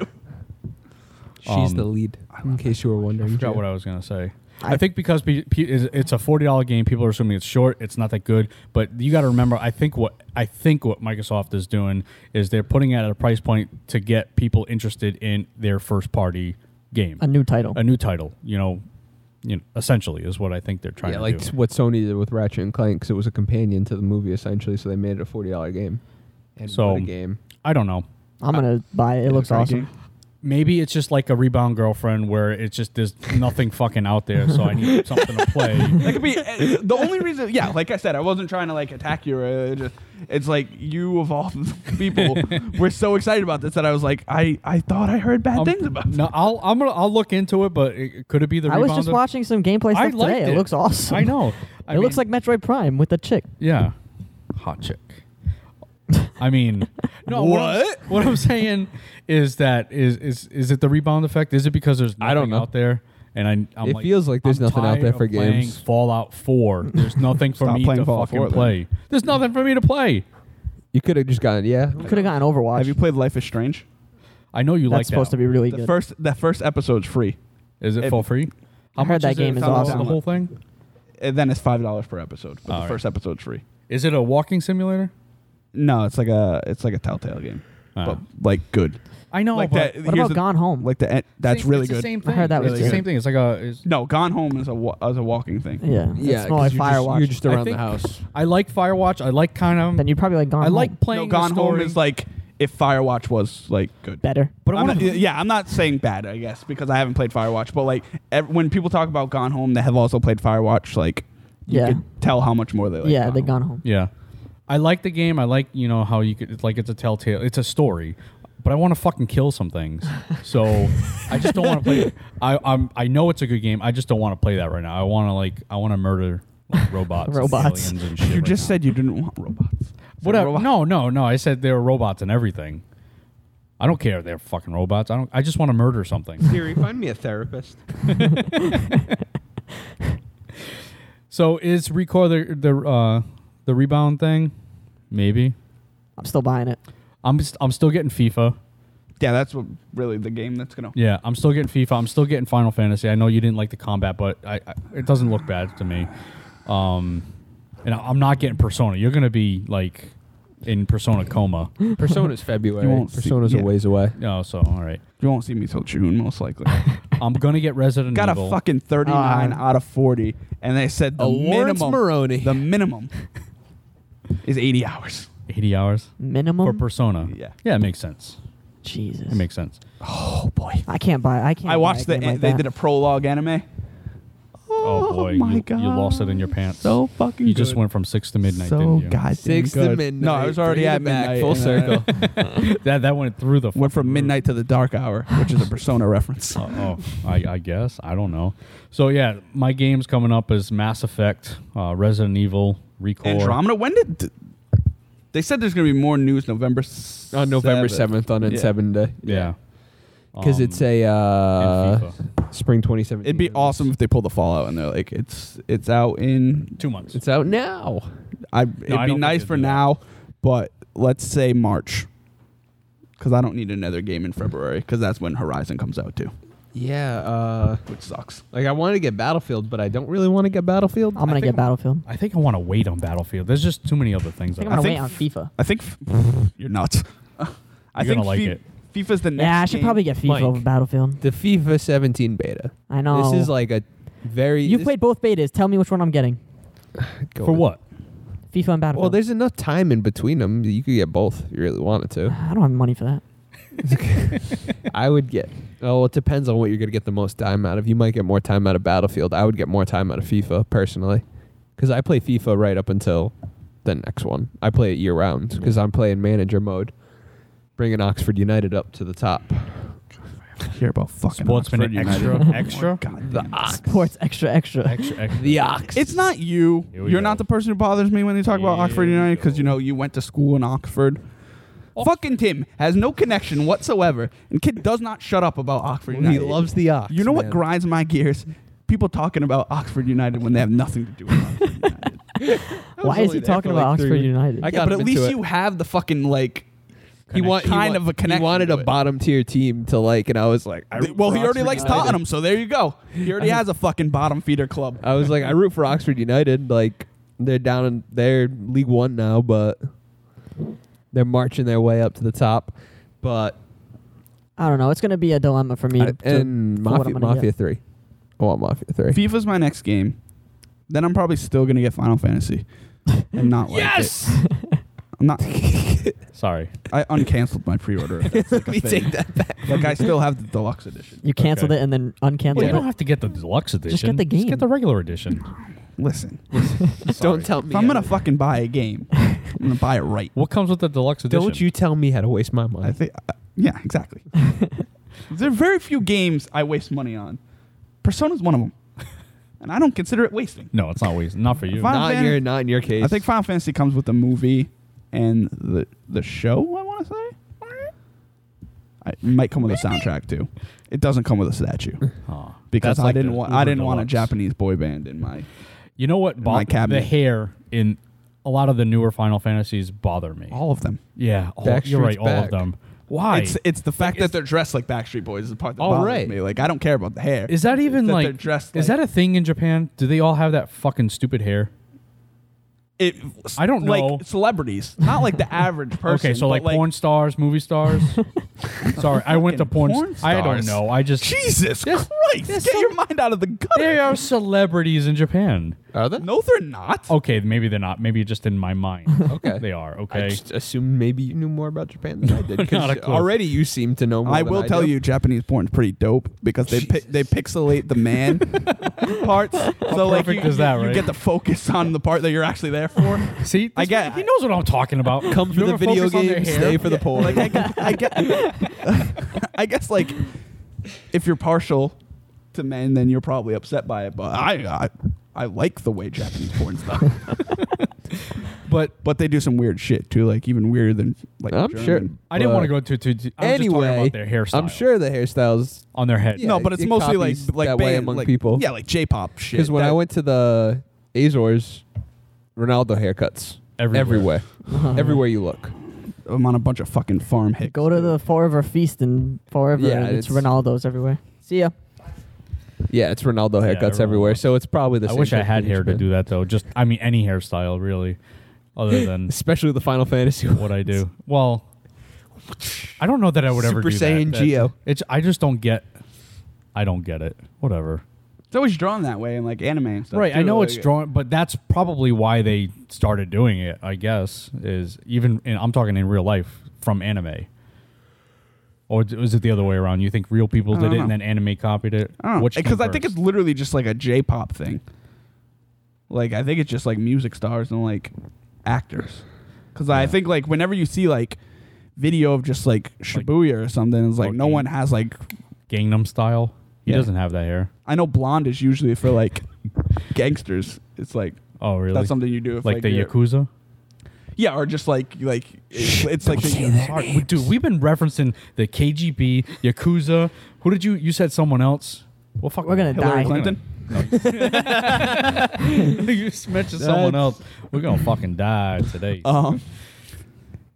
Speaker 3: She's
Speaker 2: Um,
Speaker 3: the lead. In case you were wondering.
Speaker 2: I forgot
Speaker 3: Jim.
Speaker 2: what I was gonna say.
Speaker 4: I-
Speaker 2: I, think because P- P- is- it's a forty dollar game, people are assuming it's short. It's not that good, but you got to remember. I think what I think what Microsoft is doing is they're putting it at a price point to get people interested in their first party game,
Speaker 4: A new title.
Speaker 2: a new title. You know, you know, essentially is what I think they're trying
Speaker 3: yeah,
Speaker 2: to
Speaker 3: like
Speaker 2: do.
Speaker 3: what Sony did with Ratchet and Clank, 'cause it was a companion to the movie essentially. So they made it a forty dollar game. And
Speaker 2: So- um,
Speaker 3: what a game.
Speaker 2: I don't know.
Speaker 4: I'm gonna buy it. It looks
Speaker 1: Great
Speaker 4: awesome.
Speaker 1: game.
Speaker 2: Maybe it's just like a rebound girlfriend where it's just there's nothing fucking out there, so I need something to play.
Speaker 1: That could be uh, the only reason. Yeah, like I said, I wasn't trying to like attack you. uh, just- It's like you of all people were so excited about this that I was like, I I thought I heard bad
Speaker 2: Um,
Speaker 1: things about.
Speaker 2: no, I'll I'm gonna I'll look into it, but it, could it be the
Speaker 4: I was just
Speaker 2: rebound-
Speaker 4: watching some gameplay
Speaker 2: I
Speaker 4: stuff today.
Speaker 2: liked
Speaker 4: It.
Speaker 2: it.
Speaker 4: looks awesome.
Speaker 2: I know. I
Speaker 4: it looks
Speaker 2: mean-
Speaker 4: like Metroid Prime with a chick.
Speaker 2: Yeah. Hot chick. I mean, no. What? What I'm, saying is that is is is it the rebound effect? Is it because there's nothing
Speaker 3: I don't know.
Speaker 2: out there? And I, I'm
Speaker 3: It feels like there's
Speaker 2: I'm
Speaker 3: nothing out
Speaker 2: tired
Speaker 3: there for
Speaker 2: of playing
Speaker 3: games.
Speaker 2: Fallout 4. There's nothing for
Speaker 1: Stop
Speaker 2: me
Speaker 1: playing
Speaker 2: to
Speaker 1: Fallout
Speaker 2: fucking
Speaker 1: 4 then.
Speaker 2: play. There's nothing for me to play.
Speaker 3: You could have just gotten yeah.
Speaker 4: Could have gotten Overwatch.
Speaker 1: Have you played Life is Strange?
Speaker 2: I know you
Speaker 4: That's
Speaker 2: like that.
Speaker 4: supposed to be really
Speaker 1: The
Speaker 4: good.
Speaker 1: first that first episode's free,
Speaker 2: Is it,
Speaker 1: it-
Speaker 2: for free? How
Speaker 4: heard
Speaker 2: much
Speaker 4: that
Speaker 2: is
Speaker 4: game
Speaker 2: it
Speaker 4: is
Speaker 2: for
Speaker 1: awesome.
Speaker 2: The whole thing.
Speaker 1: and then it's five dollars per episode. But the
Speaker 2: Alright.
Speaker 1: first episode's free.
Speaker 2: Is it a walking simulator?
Speaker 1: No, it's like a it's like a Telltale game,
Speaker 2: Ah.
Speaker 1: but like good.
Speaker 2: I know,
Speaker 1: like
Speaker 2: but
Speaker 1: that.
Speaker 4: What
Speaker 1: here's
Speaker 4: about
Speaker 1: the-
Speaker 4: Gone Home?
Speaker 1: Like the en- that's
Speaker 2: Same-
Speaker 1: really
Speaker 2: it's
Speaker 1: good.
Speaker 2: The same
Speaker 4: I
Speaker 2: thing.
Speaker 4: heard that was
Speaker 2: It's the
Speaker 4: good.
Speaker 2: same thing. It's like a. It's,
Speaker 1: No, Gone Home is a wa- is a walking thing.
Speaker 4: yeah,
Speaker 3: Yeah,
Speaker 4: it's more
Speaker 3: 'cause you're
Speaker 4: like
Speaker 3: just-
Speaker 4: Firewatch.
Speaker 3: You're just
Speaker 2: I
Speaker 3: around the
Speaker 2: think-
Speaker 3: house.
Speaker 2: I like Firewatch. I like kind of.
Speaker 4: then you probably like Gone.
Speaker 2: I like
Speaker 4: Home.
Speaker 2: playing.
Speaker 1: No,
Speaker 2: the
Speaker 1: Gone Home
Speaker 2: story,
Speaker 1: is like if Firewatch was like good.
Speaker 4: better.
Speaker 2: But I
Speaker 1: I'm
Speaker 2: want
Speaker 1: not- yeah, I'm not saying bad, I guess, because I haven't played Firewatch. But like ev- when people talk about Gone Home, they have also played Firewatch. Like you
Speaker 4: Yeah.
Speaker 1: could tell how much more they like.
Speaker 4: yeah,
Speaker 1: Gone
Speaker 4: they
Speaker 1: Home.
Speaker 4: Gone Home.
Speaker 2: Yeah, I like the game. I like you know how you could it's like it's a telltale. It's a story, but I want to fucking kill some things. So I just don't want to play. It. I I'm, I know it's a good game. I just don't want to play that right now. I want to like I want to murder like, robots, and
Speaker 4: Robots.
Speaker 2: aliens and shit.
Speaker 1: You
Speaker 2: right
Speaker 1: just
Speaker 2: now.
Speaker 1: said you didn't want robots.
Speaker 2: whatever.
Speaker 1: Robot-
Speaker 2: No, no, no. I said they were robots and everything. I don't care if they're fucking robots. I don't. I just want to murder something.
Speaker 3: Siri, find me a therapist.
Speaker 2: So is recoil the the uh, the rebound thing? Maybe.
Speaker 4: I'm still buying it.
Speaker 2: I'm st- I'm still getting FIFA.
Speaker 1: Yeah, that's what really the game that's gonna.
Speaker 2: Yeah, I'm still getting FIFA. I'm still getting Final Fantasy. I know you didn't like the combat, but I, I it doesn't look bad to me. Um, and I- I'm not getting Persona. You're gonna be like in Persona coma.
Speaker 3: Persona's February.
Speaker 1: You won't see-
Speaker 3: Persona's
Speaker 1: yeah.
Speaker 3: a ways away.
Speaker 2: No, so all right.
Speaker 1: You won't see me till June, most likely.
Speaker 2: I'm gonna get Resident
Speaker 1: Got
Speaker 2: Evil.
Speaker 1: a fucking 39
Speaker 4: Uh,
Speaker 1: out of 40, and they said the
Speaker 3: A Lawrence
Speaker 1: minimum.
Speaker 3: Maroney.
Speaker 1: The minimum is 80 hours.
Speaker 2: 80 hours
Speaker 4: Minimum.
Speaker 2: for Persona.
Speaker 1: Yeah.
Speaker 2: yeah, it makes sense.
Speaker 4: Jesus.
Speaker 2: It makes sense.
Speaker 1: Oh boy!
Speaker 4: I can't buy. I can't.
Speaker 1: I watched the
Speaker 4: buy a game like
Speaker 1: they
Speaker 4: that.
Speaker 1: did a prologue anime.
Speaker 2: Oh, boy,
Speaker 1: my
Speaker 2: you,
Speaker 1: god!
Speaker 2: you lost it in your pants.
Speaker 1: So fucking.
Speaker 2: you just
Speaker 1: good.
Speaker 2: went from six to midnight,
Speaker 1: So
Speaker 2: didn't you?
Speaker 1: goddamn
Speaker 3: Six to
Speaker 1: good.
Speaker 3: midnight.
Speaker 1: No, I was already
Speaker 3: Bring it
Speaker 1: at
Speaker 3: back,
Speaker 1: midnight.
Speaker 3: Full
Speaker 1: and then I
Speaker 3: circle.
Speaker 2: That that went through the
Speaker 1: Went from midnight to the dark hour, which is a Persona reference.
Speaker 2: Uh, oh, I, I guess I don't know. So yeah, my games coming up is Mass Effect, uh, Resident Evil, Recore.
Speaker 1: Andromeda. When did they said there's gonna be more news November
Speaker 3: on November seventh on
Speaker 1: Yeah.
Speaker 3: N seven day.
Speaker 2: Yeah,
Speaker 3: because
Speaker 2: Um,
Speaker 3: it's a
Speaker 2: and
Speaker 3: uh,
Speaker 2: FIFA.
Speaker 3: spring 2017.
Speaker 1: It'd be
Speaker 3: release.
Speaker 1: awesome if they pulled the Fallout and they're like, it's it's out in.
Speaker 2: two months.
Speaker 3: It's out now.
Speaker 1: I it'd
Speaker 2: I don't
Speaker 1: be
Speaker 2: think
Speaker 1: nice
Speaker 2: they'd
Speaker 1: for
Speaker 2: do that.
Speaker 1: now, but let's say March, because I don't need another game in February because that's when Horizon comes out too,
Speaker 3: Yeah. Uh,
Speaker 1: which sucks.
Speaker 3: like I want to get Battlefield, but I don't really want to get Battlefield.
Speaker 4: I'm
Speaker 1: I
Speaker 4: gonna
Speaker 1: think-
Speaker 4: get Battlefield.
Speaker 2: I think I want to wait on Battlefield. There's just too many other things.
Speaker 4: I
Speaker 2: I-
Speaker 4: think I'm gonna
Speaker 1: think
Speaker 4: wait on FIFA.
Speaker 1: I think f- you're nuts. I
Speaker 2: You're
Speaker 1: think
Speaker 2: gonna like
Speaker 1: Fi-
Speaker 2: it.
Speaker 1: FIFA's the next.
Speaker 4: Yeah, I should
Speaker 1: game.
Speaker 4: probably get FIFA
Speaker 3: Mike.
Speaker 4: over Battlefield.
Speaker 3: the FIFA 17 beta.
Speaker 4: I know.
Speaker 3: This is like a very.
Speaker 4: You've
Speaker 3: this-
Speaker 4: played both betas. Tell me which one I'm getting.
Speaker 3: Go
Speaker 2: for
Speaker 3: with-
Speaker 2: what?
Speaker 4: FIFA and Battlefield.
Speaker 3: Well, there's enough time in between them. that You could get both if you really wanted to.
Speaker 4: I don't have money for that.
Speaker 3: I would get. Oh, it depends on what you're gonna get the most time out of. You might get more time out of Battlefield. I would get more time out of FIFA personally, because I play FIFA right up until the next one. I play it year round because I'm playing manager mode, bringing Oxford United up to the top.
Speaker 1: hear about fucking
Speaker 2: Sportsman
Speaker 1: Oxford United.
Speaker 2: Extra,
Speaker 1: Oh my
Speaker 2: extra?
Speaker 1: God
Speaker 3: The
Speaker 1: damn.
Speaker 3: Ox.
Speaker 4: Sports extra extra.
Speaker 2: Extra, extra.
Speaker 3: The Ox.
Speaker 1: It's not you.
Speaker 2: Here we
Speaker 1: You're
Speaker 2: go.
Speaker 1: not the person who bothers me when they talk about
Speaker 2: Here
Speaker 1: Oxford
Speaker 2: we
Speaker 1: United because you
Speaker 2: go.
Speaker 1: know you went to school in Oxford. Fucking Tim has no connection whatsoever, and kid does not shut up about Oxford
Speaker 3: he
Speaker 1: United.
Speaker 3: loves the Ox.
Speaker 1: You know what
Speaker 3: man.
Speaker 1: grinds my gears? People talking about Oxford United when they have nothing to do with Oxford United.
Speaker 3: I was
Speaker 4: Why is
Speaker 3: only there
Speaker 4: he talking
Speaker 3: for, like,
Speaker 4: about
Speaker 3: three
Speaker 4: Oxford
Speaker 3: weeks.
Speaker 4: United?
Speaker 3: I
Speaker 1: yeah, but
Speaker 3: got him
Speaker 1: at
Speaker 3: into
Speaker 1: least
Speaker 3: it.
Speaker 1: you have the fucking like.
Speaker 3: he want, he
Speaker 1: kind
Speaker 3: wa-
Speaker 1: of a connection
Speaker 3: He wanted
Speaker 1: to
Speaker 3: a
Speaker 1: it.
Speaker 3: bottom tier team to like, and I was like, I
Speaker 1: th-
Speaker 3: root
Speaker 1: well,
Speaker 3: for
Speaker 1: he already
Speaker 3: Oxford
Speaker 1: likes
Speaker 3: United.
Speaker 1: Tottenham, so there you go. He already has a fucking bottom feeder club.
Speaker 3: I was like, I root for Oxford United. Like they're down in they're League One now, but they're marching their way up to the top. But
Speaker 4: I don't know. It's gonna be a dilemma for me.
Speaker 3: I,
Speaker 4: to-
Speaker 3: and
Speaker 4: for what
Speaker 3: Mafia,
Speaker 4: I'm gonna
Speaker 3: Mafia
Speaker 4: get.
Speaker 3: Three, I want Mafia Three.
Speaker 1: FIFA's my next game. Then I'm probably still gonna get Final Fantasy, and not like yes. I'm not.
Speaker 2: Sorry.
Speaker 1: I uncanceled my pre-order. if that's, like, a
Speaker 3: Let me
Speaker 1: thing.
Speaker 3: take that back.
Speaker 1: Like I still have the deluxe edition.
Speaker 4: You canceled
Speaker 2: Okay.
Speaker 4: it and then uncanceled
Speaker 2: Well, you don't
Speaker 4: it.
Speaker 2: have to get the deluxe edition.
Speaker 4: get the
Speaker 2: Just
Speaker 4: game.
Speaker 2: get the regular edition.
Speaker 1: Listen,
Speaker 3: Don't tell me.
Speaker 1: if I'm
Speaker 3: how
Speaker 1: gonna
Speaker 3: to-
Speaker 1: fucking buy a game, I'm gonna buy it right.
Speaker 2: What comes with the deluxe edition?
Speaker 3: don't you tell me how to waste my money.
Speaker 1: I think, uh, yeah, exactly. there are very few games I waste money on. Persona's one of them, and I don't consider it wasting.
Speaker 2: No, it's not waste. Not for you.
Speaker 1: Final
Speaker 3: not in
Speaker 1: Fantasy-
Speaker 3: your not in your case.
Speaker 1: I think Final Fantasy comes with the movie and the the show. I want to say. I, it might come with a soundtrack too. It doesn't come with a statue
Speaker 2: Aw.
Speaker 1: because
Speaker 2: That's
Speaker 1: I
Speaker 2: like
Speaker 1: didn't
Speaker 2: the
Speaker 1: want
Speaker 2: Uber
Speaker 1: I didn't want a
Speaker 2: deluxe.
Speaker 1: Japanese boy band in my.
Speaker 2: You know what?
Speaker 1: my
Speaker 2: Bo-
Speaker 1: cabinet.
Speaker 2: the hair in a lot of the newer Final Fantasies bother me.
Speaker 1: All of them.
Speaker 2: Yeah, all,
Speaker 3: Backstreet's
Speaker 2: you're right. All
Speaker 3: back.
Speaker 2: of them. Why
Speaker 1: It's it's the fact that they're dressed like Backstreet Boys is the part that
Speaker 3: All
Speaker 1: bothers
Speaker 3: right.
Speaker 1: me. Like I don't care about the hair.
Speaker 2: is that even
Speaker 1: that they're
Speaker 2: like?
Speaker 1: dressed
Speaker 2: is
Speaker 1: like-
Speaker 2: that a thing in Japan? Do they all have that fucking stupid hair?
Speaker 1: it
Speaker 2: I don't
Speaker 1: like
Speaker 2: know.
Speaker 1: celebrities, not like the average person.
Speaker 2: okay, so
Speaker 1: but,
Speaker 2: like, porn stars, movie stars. Sorry, I went to porn.
Speaker 1: Porn
Speaker 2: I don't
Speaker 1: stars.
Speaker 2: know. I just
Speaker 1: Jesus
Speaker 2: There's-
Speaker 1: Christ!
Speaker 2: there's
Speaker 1: Get
Speaker 2: some-
Speaker 1: your mind out of the
Speaker 2: they
Speaker 1: gutter.
Speaker 2: are celebrities in Japan.
Speaker 3: Are they?
Speaker 1: No, they're not.
Speaker 3: Oh,
Speaker 2: Okay, maybe they're not. Maybe just in my mind.
Speaker 3: Okay.
Speaker 2: they are. Okay.
Speaker 3: I just assumed maybe you knew more about Japan than I did. 'cause
Speaker 2: Not a clue.
Speaker 3: Already you seem to know more
Speaker 1: I
Speaker 3: than
Speaker 1: will tell
Speaker 3: do.
Speaker 1: you, Japanese porn's pretty dope because they pi-
Speaker 3: Jesus.
Speaker 1: they pixelate the man parts. So like you,
Speaker 2: perfect is that,
Speaker 1: you
Speaker 2: right?
Speaker 1: get to focus on the part that you're actually there for.
Speaker 2: See,
Speaker 1: I
Speaker 2: this
Speaker 1: get-
Speaker 2: man, he knows what I'm talking about.
Speaker 3: Come for
Speaker 2: You
Speaker 3: the
Speaker 2: ever
Speaker 3: video
Speaker 2: focus on their
Speaker 3: game,
Speaker 2: hair?
Speaker 3: stay for the porn.
Speaker 1: Like I, gu- I, gu- I guess like if you're partial to men, then you're probably upset by it. But I I, I like the way Japanese porn's done.
Speaker 2: But
Speaker 1: but they do some weird shit too, like even weirder than like
Speaker 3: I'm
Speaker 1: German.
Speaker 3: sure.
Speaker 2: I didn't want to
Speaker 3: but
Speaker 2: go too too. too I was just
Speaker 3: anyway,
Speaker 2: talking about their hairstyle.
Speaker 3: I'm sure the hairstyles
Speaker 2: on their head.
Speaker 3: Yeah.
Speaker 1: no, but it's
Speaker 3: it
Speaker 1: mostly like
Speaker 3: copies
Speaker 1: like
Speaker 3: that way
Speaker 1: band-
Speaker 3: among
Speaker 1: like-
Speaker 3: people.
Speaker 1: Yeah, like J-pop shit.
Speaker 3: because when I
Speaker 1: That-
Speaker 3: went to the Azores, Ronaldo haircuts
Speaker 2: Everywhere.
Speaker 3: everywhere, Everywhere you look.
Speaker 1: I'm on a bunch of fucking farm hicks.
Speaker 4: Go to the Forever Feast and Forever.
Speaker 3: Yeah,
Speaker 4: it's,
Speaker 3: it's-
Speaker 4: Ronaldo's everywhere. See ya.
Speaker 3: Yeah, it's Ronaldo
Speaker 2: Yeah,
Speaker 3: haircuts
Speaker 2: everyone
Speaker 3: everywhere.
Speaker 2: looks-
Speaker 3: So it's probably the
Speaker 2: I
Speaker 3: same.
Speaker 2: wish I
Speaker 3: thing
Speaker 2: had
Speaker 3: in
Speaker 2: hair to
Speaker 3: Japan.
Speaker 2: do that though. Just I mean any hairstyle really, other than
Speaker 3: Especially the Final Fantasy.
Speaker 2: what I do. Well, I don't know that I would ever
Speaker 3: Super
Speaker 2: do that.
Speaker 3: Saiyan
Speaker 2: That-
Speaker 3: Geo.
Speaker 2: It's I just don't get. I don't get it. Whatever.
Speaker 1: It's always drawn that way in like anime and stuff.
Speaker 2: right. I
Speaker 1: too,
Speaker 2: know
Speaker 1: like-
Speaker 2: it's drawn, but that's probably why they started doing it. I guess is even. And I'm talking in real life from anime. Or d- was it the other way around? You think real people
Speaker 1: I
Speaker 2: did
Speaker 1: don't
Speaker 2: it and
Speaker 1: know.
Speaker 2: then anime copied it?
Speaker 1: I don't know.
Speaker 2: Which came
Speaker 1: Because I think
Speaker 2: first?
Speaker 1: it's literally just like a J-pop thing. Like I think it's just like music stars and like actors. Because I think like whenever you see like video of just like Shibuya or something, it's like
Speaker 2: or
Speaker 1: no
Speaker 2: Gang-
Speaker 1: one has like.
Speaker 2: Gangnam style. He
Speaker 1: Yeah.
Speaker 2: doesn't have that hair.
Speaker 1: I know blonde is usually for like gangsters. It's like
Speaker 2: Oh, really?
Speaker 1: that's something you do if
Speaker 2: like,
Speaker 1: like
Speaker 2: the
Speaker 1: you're-
Speaker 2: yakuza.
Speaker 1: Yeah, or just like like it's, it's like the,
Speaker 2: Sorry, we- dude, we've been referencing the KGB, yakuza. Who did you? You said someone else. Well, fuck.
Speaker 4: We're gonna
Speaker 1: Hillary
Speaker 4: die.
Speaker 1: Clinton.
Speaker 2: you mentioned someone else. We're gonna fucking die today.
Speaker 1: Um,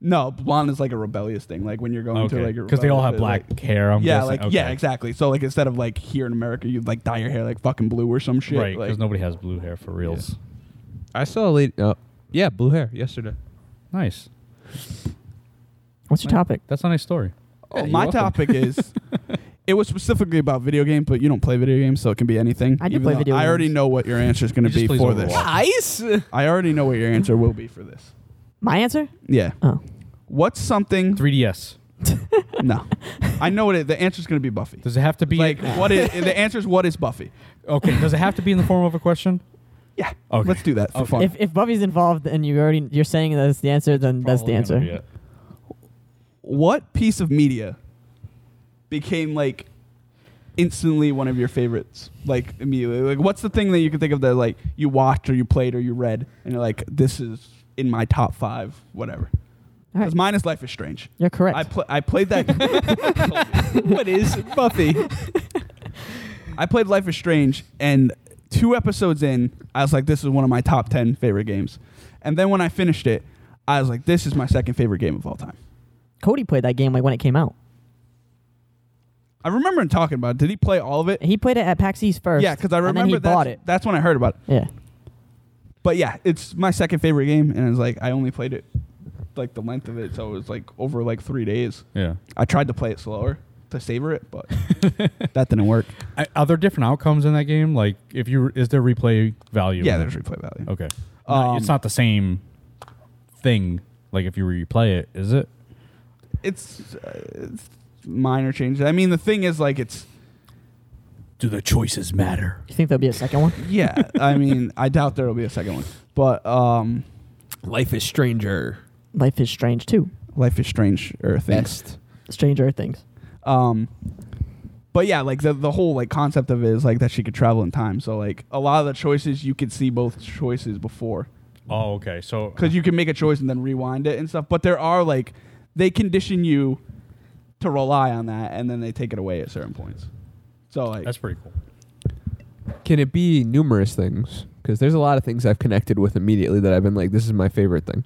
Speaker 1: no, blonde is like a rebellious thing. Like when you're going to like a
Speaker 2: because they all have
Speaker 1: rebellious-
Speaker 2: black
Speaker 1: like-
Speaker 2: hair. I'm
Speaker 1: yeah,
Speaker 2: guessing.
Speaker 1: like
Speaker 2: okay.
Speaker 1: yeah, exactly. So like instead of like here in America, you like dye your hair like fucking blue or some shit.
Speaker 2: Right, because
Speaker 1: like-
Speaker 2: nobody has blue hair for reals.
Speaker 3: I saw a lady. Oh, yeah, blue hair yesterday.
Speaker 2: Nice.
Speaker 4: What's your topic?
Speaker 2: That's a nice story.
Speaker 1: Oh,
Speaker 3: Yeah,
Speaker 1: my
Speaker 3: you're welcome.
Speaker 1: topic is. It was specifically about video games, but you don't play video games, so it can be anything.
Speaker 4: I do
Speaker 1: Even
Speaker 4: play
Speaker 1: though
Speaker 4: video
Speaker 1: I already
Speaker 4: games.
Speaker 1: know what your answer is going to
Speaker 2: He just
Speaker 1: be
Speaker 2: plays
Speaker 1: for this.
Speaker 2: Overwatch.
Speaker 3: Nice.
Speaker 1: I already know what your answer will be for this.
Speaker 4: My answer?
Speaker 1: Yeah.
Speaker 4: Oh.
Speaker 1: What's something?
Speaker 2: 3DS.
Speaker 1: No, I know what it, the answer's going to be. Buffy.
Speaker 2: Does it have to be
Speaker 1: Like what is the answer is what is Buffy?
Speaker 2: Okay. Does it have to be in the form of a question?
Speaker 1: Yeah.
Speaker 2: Okay.
Speaker 1: Let's do that for fun.
Speaker 4: If if Buffy's involved and you already you're saying that it's the answer, then that's the
Speaker 2: Probably gonna be
Speaker 4: answer.
Speaker 2: it.
Speaker 1: what piece of media became like instantly one of your favorites like immediately like what's the thing that you can think of that like you watched or you played or you read and you're like this is in my top five whatever
Speaker 4: All
Speaker 1: because
Speaker 4: right.
Speaker 1: mine is life is strange
Speaker 4: You're
Speaker 1: I,
Speaker 4: correct.
Speaker 1: pl- I played that
Speaker 3: what is Buffy?
Speaker 1: i played life is strange and two episodes in i was like this is one of my top 10 favorite games and then when i finished it i was like this is my second favorite game of all time
Speaker 4: Cody played that game like when it came out.
Speaker 1: i remember him talking about it did he play all of it
Speaker 4: He played it at PAX East first.
Speaker 1: yeah because i
Speaker 4: and then he
Speaker 1: remember
Speaker 4: bought
Speaker 1: that's,
Speaker 4: it.
Speaker 1: that's when i heard about it
Speaker 4: Yeah.
Speaker 1: But yeah, it's my second favorite game, and it's like I only played it like the length of it, so it was like over like three days.
Speaker 2: Yeah.
Speaker 1: I tried to play it slower to savor it, but that didn't work.
Speaker 2: I, are there different outcomes in that game? Like, if you is there replay value?
Speaker 1: Yeah,
Speaker 2: in
Speaker 1: there's
Speaker 2: it?
Speaker 1: replay value.
Speaker 2: Okay.
Speaker 1: Um,
Speaker 2: it's not the same thing. Like if you replay it, is it?
Speaker 1: It's, uh, it's minor changes. I mean, the thing is, like, it's
Speaker 2: Do the choices matter?
Speaker 4: You think there'll be a second one?
Speaker 1: yeah. I mean, I doubt there will be a second one, but um,
Speaker 3: Life is Stranger.
Speaker 4: Life is strange too.
Speaker 1: Life is Strange or things.
Speaker 3: Best.
Speaker 4: Stranger things.
Speaker 1: Um, but yeah, like the the whole like concept of it is like that she could travel in time. So like a lot of the choices you could see both choices before.
Speaker 2: Oh, okay. So
Speaker 1: because you can make a choice and then rewind it and stuff. But there are like they condition you to rely on that, and then they take it away at certain points. So like,
Speaker 2: that's pretty cool.
Speaker 3: Can it be numerous things? Because there's a lot of things I've connected with immediately that I've been like, this is my favorite thing.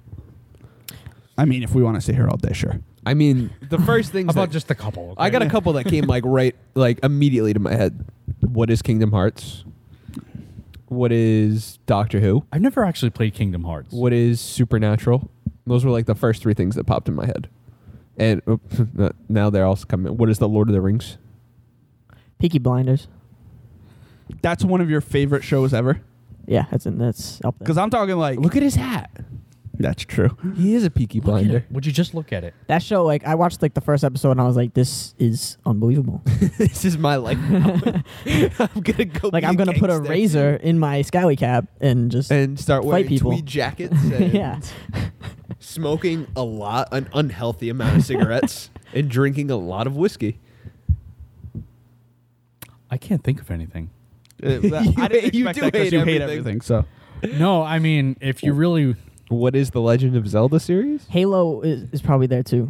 Speaker 1: I mean, if we want to sit here all day, sure.
Speaker 3: I mean, the first things
Speaker 2: How about
Speaker 3: that-
Speaker 2: just a couple?
Speaker 3: I got a couple that came like right, like immediately to my head. What is Kingdom Hearts? what is Doctor Who?
Speaker 2: I've never actually played Kingdom Hearts.
Speaker 3: What is Supernatural? Those were like the first three things that popped in my head. And oops, now they're also coming. What is the Lord of the Rings?
Speaker 4: Peaky Blinders.
Speaker 1: That's one of your favorite shows ever.
Speaker 4: Yeah, that's in, that's up there.
Speaker 1: Because I'm talking like
Speaker 3: Look at his hat.
Speaker 1: that's true.
Speaker 3: He is a peaky
Speaker 2: Look at
Speaker 3: blinder.
Speaker 2: it. Would you just look at it?
Speaker 4: That show, like, I watched like the first episode and I was like, this is unbelievable.
Speaker 3: this is my life. now. I'm gonna go.
Speaker 4: like,
Speaker 3: be
Speaker 4: I'm gonna put a
Speaker 3: gangster
Speaker 4: razor in my Skyway cap and just
Speaker 3: and start
Speaker 4: fight
Speaker 3: wearing
Speaker 4: people.
Speaker 3: tweed jackets. And
Speaker 4: yeah,
Speaker 3: Smoking a lot, an unhealthy amount of cigarettes, and drinking a lot of whiskey.
Speaker 2: I can't think of anything.
Speaker 1: Uh, that- I didn't
Speaker 3: hate- you
Speaker 1: expect
Speaker 3: do
Speaker 1: that 'cause
Speaker 3: hate
Speaker 1: you hate
Speaker 3: everything.
Speaker 1: everything. So
Speaker 2: No, I mean, if you really,
Speaker 3: What is the Legend of Zelda series?
Speaker 4: Halo is, is probably there too.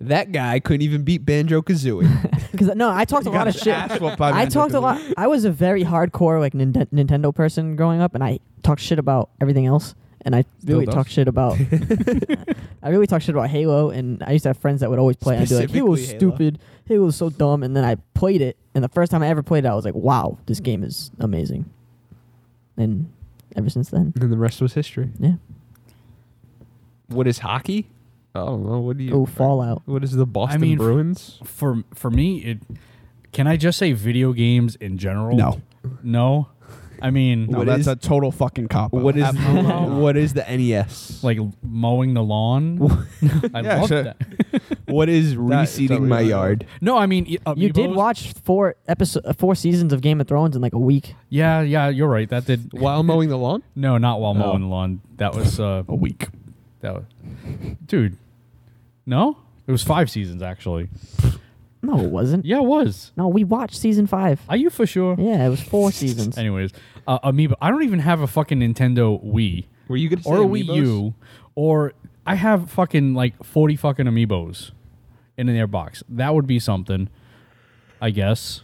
Speaker 3: That guy couldn't even beat Banjo Kazooie.
Speaker 4: Because no, I talked a lot of shit.
Speaker 3: Oh,
Speaker 4: I talked a lot. I was a very hardcore like Ninten- Nintendo person growing up, and I talked shit about everything else. And I
Speaker 3: Still
Speaker 4: really
Speaker 3: does.
Speaker 4: talked shit about. I really talked shit about Halo, and I used to have friends that would always play. it And I'd be like,
Speaker 3: Specifically
Speaker 4: "Halo's
Speaker 3: Halo.
Speaker 4: stupid. Halo's so dumb." And then I played it, and the first time I ever played it, I was like, "Wow, this game is amazing." And ever since then,
Speaker 3: and the rest was history.
Speaker 4: yeah.
Speaker 3: What is hockey? I don't know. What do you?
Speaker 4: Oh, Fallout.
Speaker 3: What is the Boston
Speaker 2: mean, f-
Speaker 3: Bruins?
Speaker 2: for for me, it can I just say video games in general?
Speaker 1: No.
Speaker 2: no. I mean,
Speaker 1: No,
Speaker 3: What
Speaker 1: that's
Speaker 3: is-
Speaker 1: a total fucking cop.
Speaker 3: What is
Speaker 2: Absolutely.
Speaker 3: what is the NES?
Speaker 2: like mowing the lawn. I
Speaker 1: Yeah,
Speaker 2: love
Speaker 1: sure.
Speaker 2: that.
Speaker 3: what is reseeding
Speaker 1: totally
Speaker 3: my
Speaker 1: right.
Speaker 3: yard?
Speaker 2: No, I mean, i-
Speaker 4: You did
Speaker 2: Amiibos-
Speaker 4: watch four episode, uh, four seasons of Game of Thrones in like a week.
Speaker 2: Yeah, yeah, you're right. That did.
Speaker 3: While mowing the lawn?
Speaker 2: No, not while
Speaker 3: Oh.
Speaker 2: mowing the lawn. That was uh,
Speaker 1: a week?
Speaker 2: that was, dude. No, it was five seasons actually.
Speaker 4: No, it wasn't.
Speaker 2: Yeah, it was.
Speaker 4: No, we watched season five.
Speaker 2: Are you for sure?
Speaker 4: Yeah, it was four seasons.
Speaker 2: Anyways, uh, Amiibo. I don't even have a fucking Nintendo Wii
Speaker 3: Were you gonna say
Speaker 2: or a Wii
Speaker 3: Amiibos?
Speaker 2: U, or I have fucking like forty fucking Amiibos in their box. That would be something, I guess.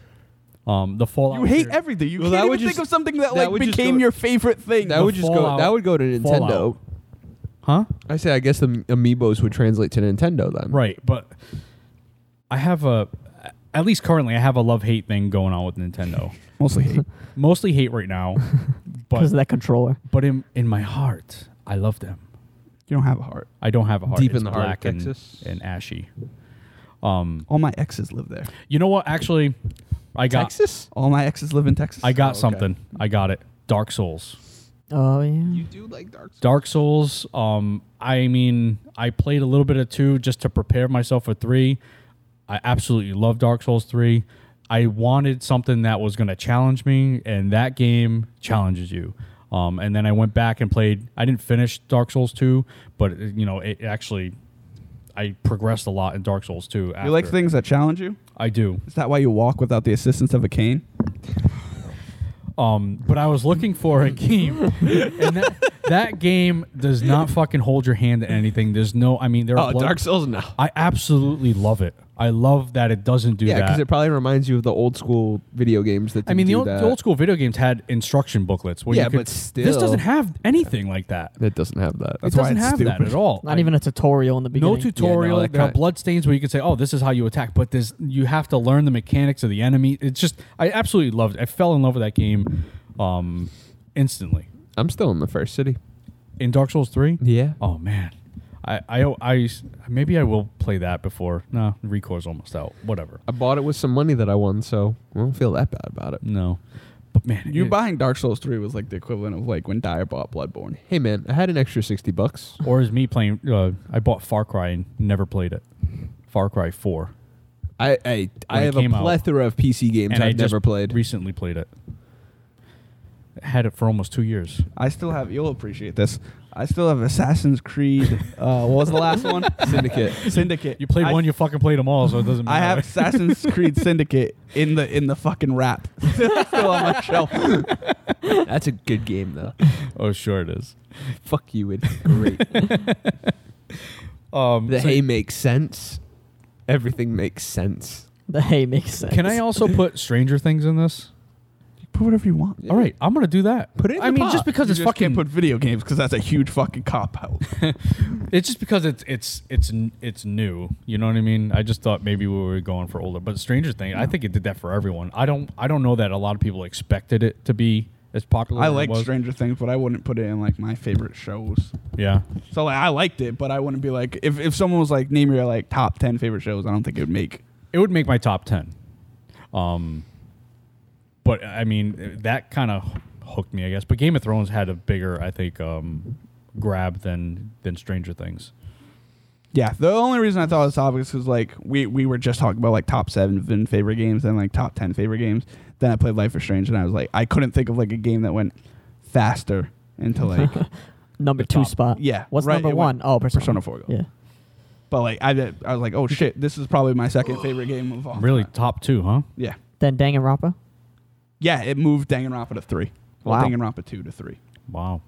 Speaker 2: Um, the Fallout.
Speaker 1: You hate
Speaker 2: series-
Speaker 1: everything. You
Speaker 3: Well, that
Speaker 1: can't
Speaker 3: would
Speaker 1: even
Speaker 3: just-
Speaker 1: think of something that,
Speaker 3: that
Speaker 1: like
Speaker 3: would just
Speaker 1: became
Speaker 3: go-
Speaker 1: your favorite thing.
Speaker 3: That would just go.
Speaker 2: Fallout-
Speaker 3: That would go to Nintendo.
Speaker 2: Fallout. huh?
Speaker 3: I say. I guess the Amiibos would translate to Nintendo then.
Speaker 2: Right, but I have a at least currently I have a love hate thing going on with Nintendo.
Speaker 1: mostly hate.
Speaker 2: Mostly hate right now,
Speaker 4: because
Speaker 2: but
Speaker 4: of that controller.
Speaker 2: but in in my heart, I love them.
Speaker 1: You don't have a heart.
Speaker 2: I don't have a heart.
Speaker 3: Deep in
Speaker 2: It's
Speaker 3: the heart of
Speaker 2: black and-
Speaker 3: Texas.
Speaker 2: and, ashy. Um,
Speaker 1: All my exes live there.
Speaker 2: you know what? Actually, I got
Speaker 3: Texas.
Speaker 1: All my exes live in Texas.
Speaker 2: I got
Speaker 3: Oh, okay.
Speaker 2: something. I got it. Dark Souls.
Speaker 4: Oh yeah.
Speaker 3: You do like Dark Souls.
Speaker 2: Dark Souls. Um, I mean, I played a little bit of two just to prepare myself for three. I absolutely love Dark Souls three. I wanted something that was going to challenge me, and that game challenges you. Um, and then I went back and played. I didn't finish Dark Souls two, but uh, you know, it actually, I progressed a lot in Dark Souls two.
Speaker 1: You like
Speaker 2: after.
Speaker 1: things that challenge you?
Speaker 2: I do.
Speaker 1: Is that why you walk without the assistance of a cane?
Speaker 2: Um, but I was looking for a game, and that, that game does not fucking hold your hand to anything. There's no, I mean, there are
Speaker 3: Oh,
Speaker 2: blood-
Speaker 3: Dark Souls. No.
Speaker 2: I absolutely love it. I love that it doesn't do
Speaker 3: Yeah,
Speaker 2: that.
Speaker 3: because it probably reminds you of the old school video games that.
Speaker 2: I mean,
Speaker 3: didn't
Speaker 2: the
Speaker 3: do
Speaker 2: old,
Speaker 3: that.
Speaker 2: the old school video games had instruction booklets. Where
Speaker 3: Yeah,
Speaker 2: you could,
Speaker 3: but still-
Speaker 2: this doesn't have anything like that.
Speaker 3: That doesn't have that.
Speaker 2: it
Speaker 1: why
Speaker 2: doesn't
Speaker 1: it's
Speaker 2: have that
Speaker 1: stupid.
Speaker 2: at all.
Speaker 4: Not even a tutorial in the beginning.
Speaker 2: no tutorial.
Speaker 3: that
Speaker 2: there are
Speaker 3: kind-
Speaker 2: bloodstains where you can say, "Oh, this is how you attack," but there's you have to learn the mechanics of the enemy. It's just, I absolutely loved. it. I fell in love with that game, um, instantly.
Speaker 3: I'm still in the first city.
Speaker 2: In Dark Souls three,
Speaker 3: Yeah.
Speaker 2: Oh man, I, I I maybe I will play that before. No, Recore's almost out. Whatever.
Speaker 3: I bought it with some money that I won, so I don't feel that bad about it.
Speaker 2: No, but man,
Speaker 1: You
Speaker 2: it-
Speaker 1: buying Dark Souls 3 was like the equivalent of like when Dyer bought Bloodborne.
Speaker 3: Hey man, I had an extra sixty bucks.
Speaker 2: or is me playing? Uh, I bought Far Cry and never played it. Far Cry Four,
Speaker 3: I I, I
Speaker 2: it
Speaker 3: have a
Speaker 2: came out.
Speaker 3: plethora of PC games
Speaker 2: and I
Speaker 3: I've
Speaker 2: just
Speaker 3: never played.
Speaker 2: Recently played it. Had it for almost two years.
Speaker 1: I still have, you'll appreciate this. I still have Assassin's Creed. Uh, what was the last one?
Speaker 3: Syndicate.
Speaker 1: Syndicate.
Speaker 2: You played
Speaker 1: I-
Speaker 2: one, you fucking played them all, so it doesn't
Speaker 1: I
Speaker 2: matter.
Speaker 1: have Assassin's Creed Syndicate in the in the fucking wrap. still on my shelf.
Speaker 3: That's a good game though.
Speaker 2: oh, sure it is.
Speaker 3: Fuck you, it's great.
Speaker 2: Um,
Speaker 3: the
Speaker 2: so-
Speaker 3: hay makes sense. Everything makes sense.
Speaker 4: The hay makes sense.
Speaker 2: can I also put Stranger Things in this?
Speaker 1: Put whatever you want.
Speaker 2: All right, I'm gonna do that.
Speaker 3: Put it in
Speaker 2: I
Speaker 3: the
Speaker 2: mean,
Speaker 3: pot.
Speaker 2: just because
Speaker 1: You
Speaker 2: it's
Speaker 1: just
Speaker 2: fucking.
Speaker 1: can't put video games because that's a huge fucking cop out.
Speaker 2: it's just because it's it's it's n- it's new. You know what I mean? I just thought maybe we were going for older, but Stranger Things. I think it did that for everyone. I don't I don't know that a lot of people expected it to be as popular.
Speaker 1: I
Speaker 2: as it
Speaker 1: like
Speaker 2: was.
Speaker 1: Stranger Things, but I wouldn't put it in like my favorite shows.
Speaker 2: Yeah,
Speaker 1: So like I liked it, but I wouldn't be like if, if someone was like name your like top ten favorite shows, I don't think it would make
Speaker 2: it would make my top ten. Um, but I mean that kind of hooked me, I guess. But Game of Thrones had a bigger, I think, um, grab than than Stranger Things.
Speaker 1: Yeah, the only reason I thought of this topic is because like we we were just talking about like top seven favorite games and like top ten favorite games. Then I played Life is Strange and I was like I couldn't think of like a game that went faster into like
Speaker 4: Number
Speaker 2: The
Speaker 4: two
Speaker 2: top.
Speaker 4: spot.
Speaker 1: Yeah,
Speaker 4: What's
Speaker 1: right,
Speaker 4: number
Speaker 1: it went-
Speaker 4: one? Oh, Persona.
Speaker 1: Persona Four. Go.
Speaker 4: Yeah.
Speaker 1: But like I did- I was like oh shit this is probably my second favorite game of all.
Speaker 2: Really,
Speaker 1: time.
Speaker 2: top two, huh?
Speaker 1: Yeah.
Speaker 4: Then Danganronpa.
Speaker 1: Yeah, it moved Danganronpa to three. Well,
Speaker 4: Wow.
Speaker 1: Danganronpa two to three.
Speaker 2: Wow,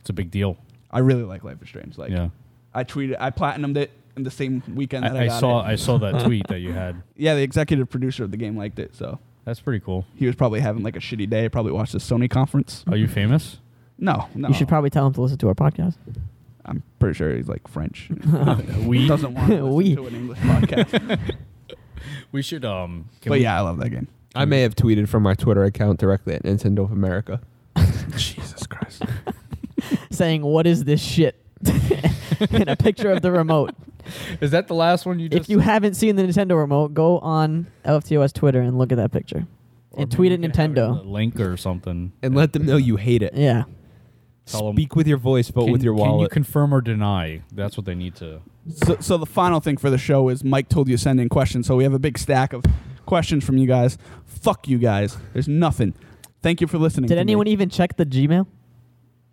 Speaker 2: it's a big deal.
Speaker 1: I really like Life is Strange. Like
Speaker 2: yeah.
Speaker 1: I tweeted I platinumed it in the same weekend that I,
Speaker 2: I, I
Speaker 1: got
Speaker 2: saw
Speaker 1: it.
Speaker 2: I saw that tweet that you had.
Speaker 1: Yeah, the executive producer of the game liked it, so
Speaker 2: That's pretty cool.
Speaker 1: he was probably having like a shitty day. Probably watched the Sony conference.
Speaker 2: Are you famous?
Speaker 1: No, no.
Speaker 4: You should probably tell him to listen to our podcast.
Speaker 1: I'm pretty sure he's like French.
Speaker 2: We-
Speaker 1: doesn't want to listen
Speaker 4: We.
Speaker 1: to an English podcast.
Speaker 2: We should um. Can
Speaker 1: but
Speaker 2: we,
Speaker 1: yeah, I love that game.
Speaker 3: I may have tweeted from our Twitter account directly at Nintendo of America.
Speaker 1: Jesus Christ.
Speaker 4: Saying what is this shit? and a picture of the remote.
Speaker 2: Is that the last one you just?
Speaker 4: if you haven't seen the Nintendo remote, go on LFTOS Twitter and look at that picture.
Speaker 2: or
Speaker 4: and
Speaker 2: maybe
Speaker 4: tweet
Speaker 2: we
Speaker 4: at
Speaker 2: can have it in
Speaker 4: Nintendo.
Speaker 2: the link or something.
Speaker 3: And let them know you hate it.
Speaker 4: Yeah.
Speaker 2: Tell 'em-
Speaker 3: Speak with your voice, vote
Speaker 2: Can-
Speaker 3: with your
Speaker 2: Can you
Speaker 3: wallet.
Speaker 2: confirm or deny? That's what they need to.
Speaker 1: So, so the final thing for the show is Mike told you to send in questions. So we have a big stack of questions from you guys. Fuck you guys. There's nothing. Thank you for listening.
Speaker 4: Did
Speaker 1: to
Speaker 4: anyone
Speaker 1: me.
Speaker 4: even check the Gmail?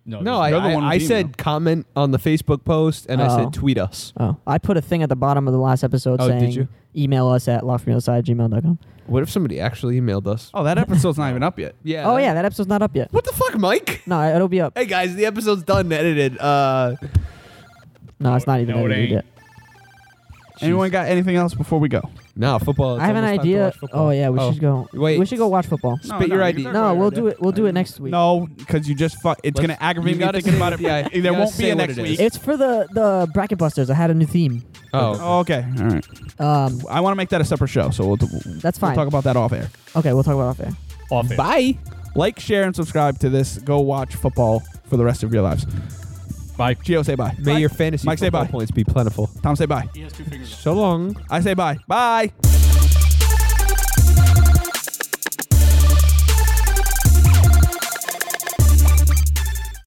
Speaker 3: no,
Speaker 2: there's
Speaker 3: I,
Speaker 1: You're the
Speaker 3: I,
Speaker 1: one with
Speaker 3: I
Speaker 1: the email.
Speaker 3: said comment on the Facebook post and I
Speaker 4: Oh.
Speaker 3: said tweet us.
Speaker 4: Oh, I put a thing at the bottom of the last episode
Speaker 3: Oh, did
Speaker 4: saying
Speaker 3: you?
Speaker 4: email us at lawfromtheothersidegmail.com.
Speaker 3: What if somebody actually emailed us?
Speaker 1: Oh, that episode's not even up yet.
Speaker 3: Yeah.
Speaker 4: Oh, yeah, that episode's not up yet.
Speaker 3: What the fuck, Mike?
Speaker 4: No, it'll be up.
Speaker 3: Hey guys, the episode's done, edited. Uh,
Speaker 4: No, it's not even
Speaker 2: No, it
Speaker 4: edited
Speaker 2: ain't.
Speaker 4: yet.
Speaker 1: Anyone got anything else before we go?
Speaker 3: no, football. it's
Speaker 4: I have an
Speaker 3: almost time to
Speaker 4: idea.
Speaker 3: watch football.
Speaker 4: Oh yeah, we
Speaker 3: Oh,
Speaker 4: should go.
Speaker 3: wait.
Speaker 4: we should go watch football.
Speaker 1: No,
Speaker 3: Spit your
Speaker 1: no,
Speaker 3: ID.
Speaker 1: you can
Speaker 4: No,
Speaker 1: talk
Speaker 4: we'll
Speaker 1: about
Speaker 4: do it. We'll do it next week.
Speaker 1: No, because you just fuck. It's
Speaker 3: Let's-
Speaker 1: gonna aggravate
Speaker 3: you
Speaker 1: me
Speaker 3: gotta
Speaker 1: thinking
Speaker 3: say
Speaker 1: about
Speaker 3: what
Speaker 1: it.
Speaker 3: it is. You
Speaker 1: there
Speaker 3: gotta
Speaker 1: won't be
Speaker 3: say
Speaker 1: a
Speaker 3: what
Speaker 1: next
Speaker 3: it
Speaker 1: week.
Speaker 3: is.
Speaker 4: It's for the the bracket busters. I had a new theme.
Speaker 3: Oh,
Speaker 1: Oh, okay. All right.
Speaker 4: Um,
Speaker 1: I want to make that a separate show, so we'll,
Speaker 4: that's
Speaker 1: we'll
Speaker 4: fine.
Speaker 1: talk about that off air.
Speaker 4: okay, we'll talk about it off air.
Speaker 2: off air.
Speaker 3: bye.
Speaker 1: Like, share, and subscribe to this. Go watch football for the rest of your lives.
Speaker 2: Bye.
Speaker 1: Gio, say bye.
Speaker 3: May your fantasy
Speaker 1: Mike, say
Speaker 3: football
Speaker 1: bye.
Speaker 3: points be plentiful.
Speaker 1: Tom, say bye.
Speaker 3: So long.
Speaker 1: I say bye. Bye.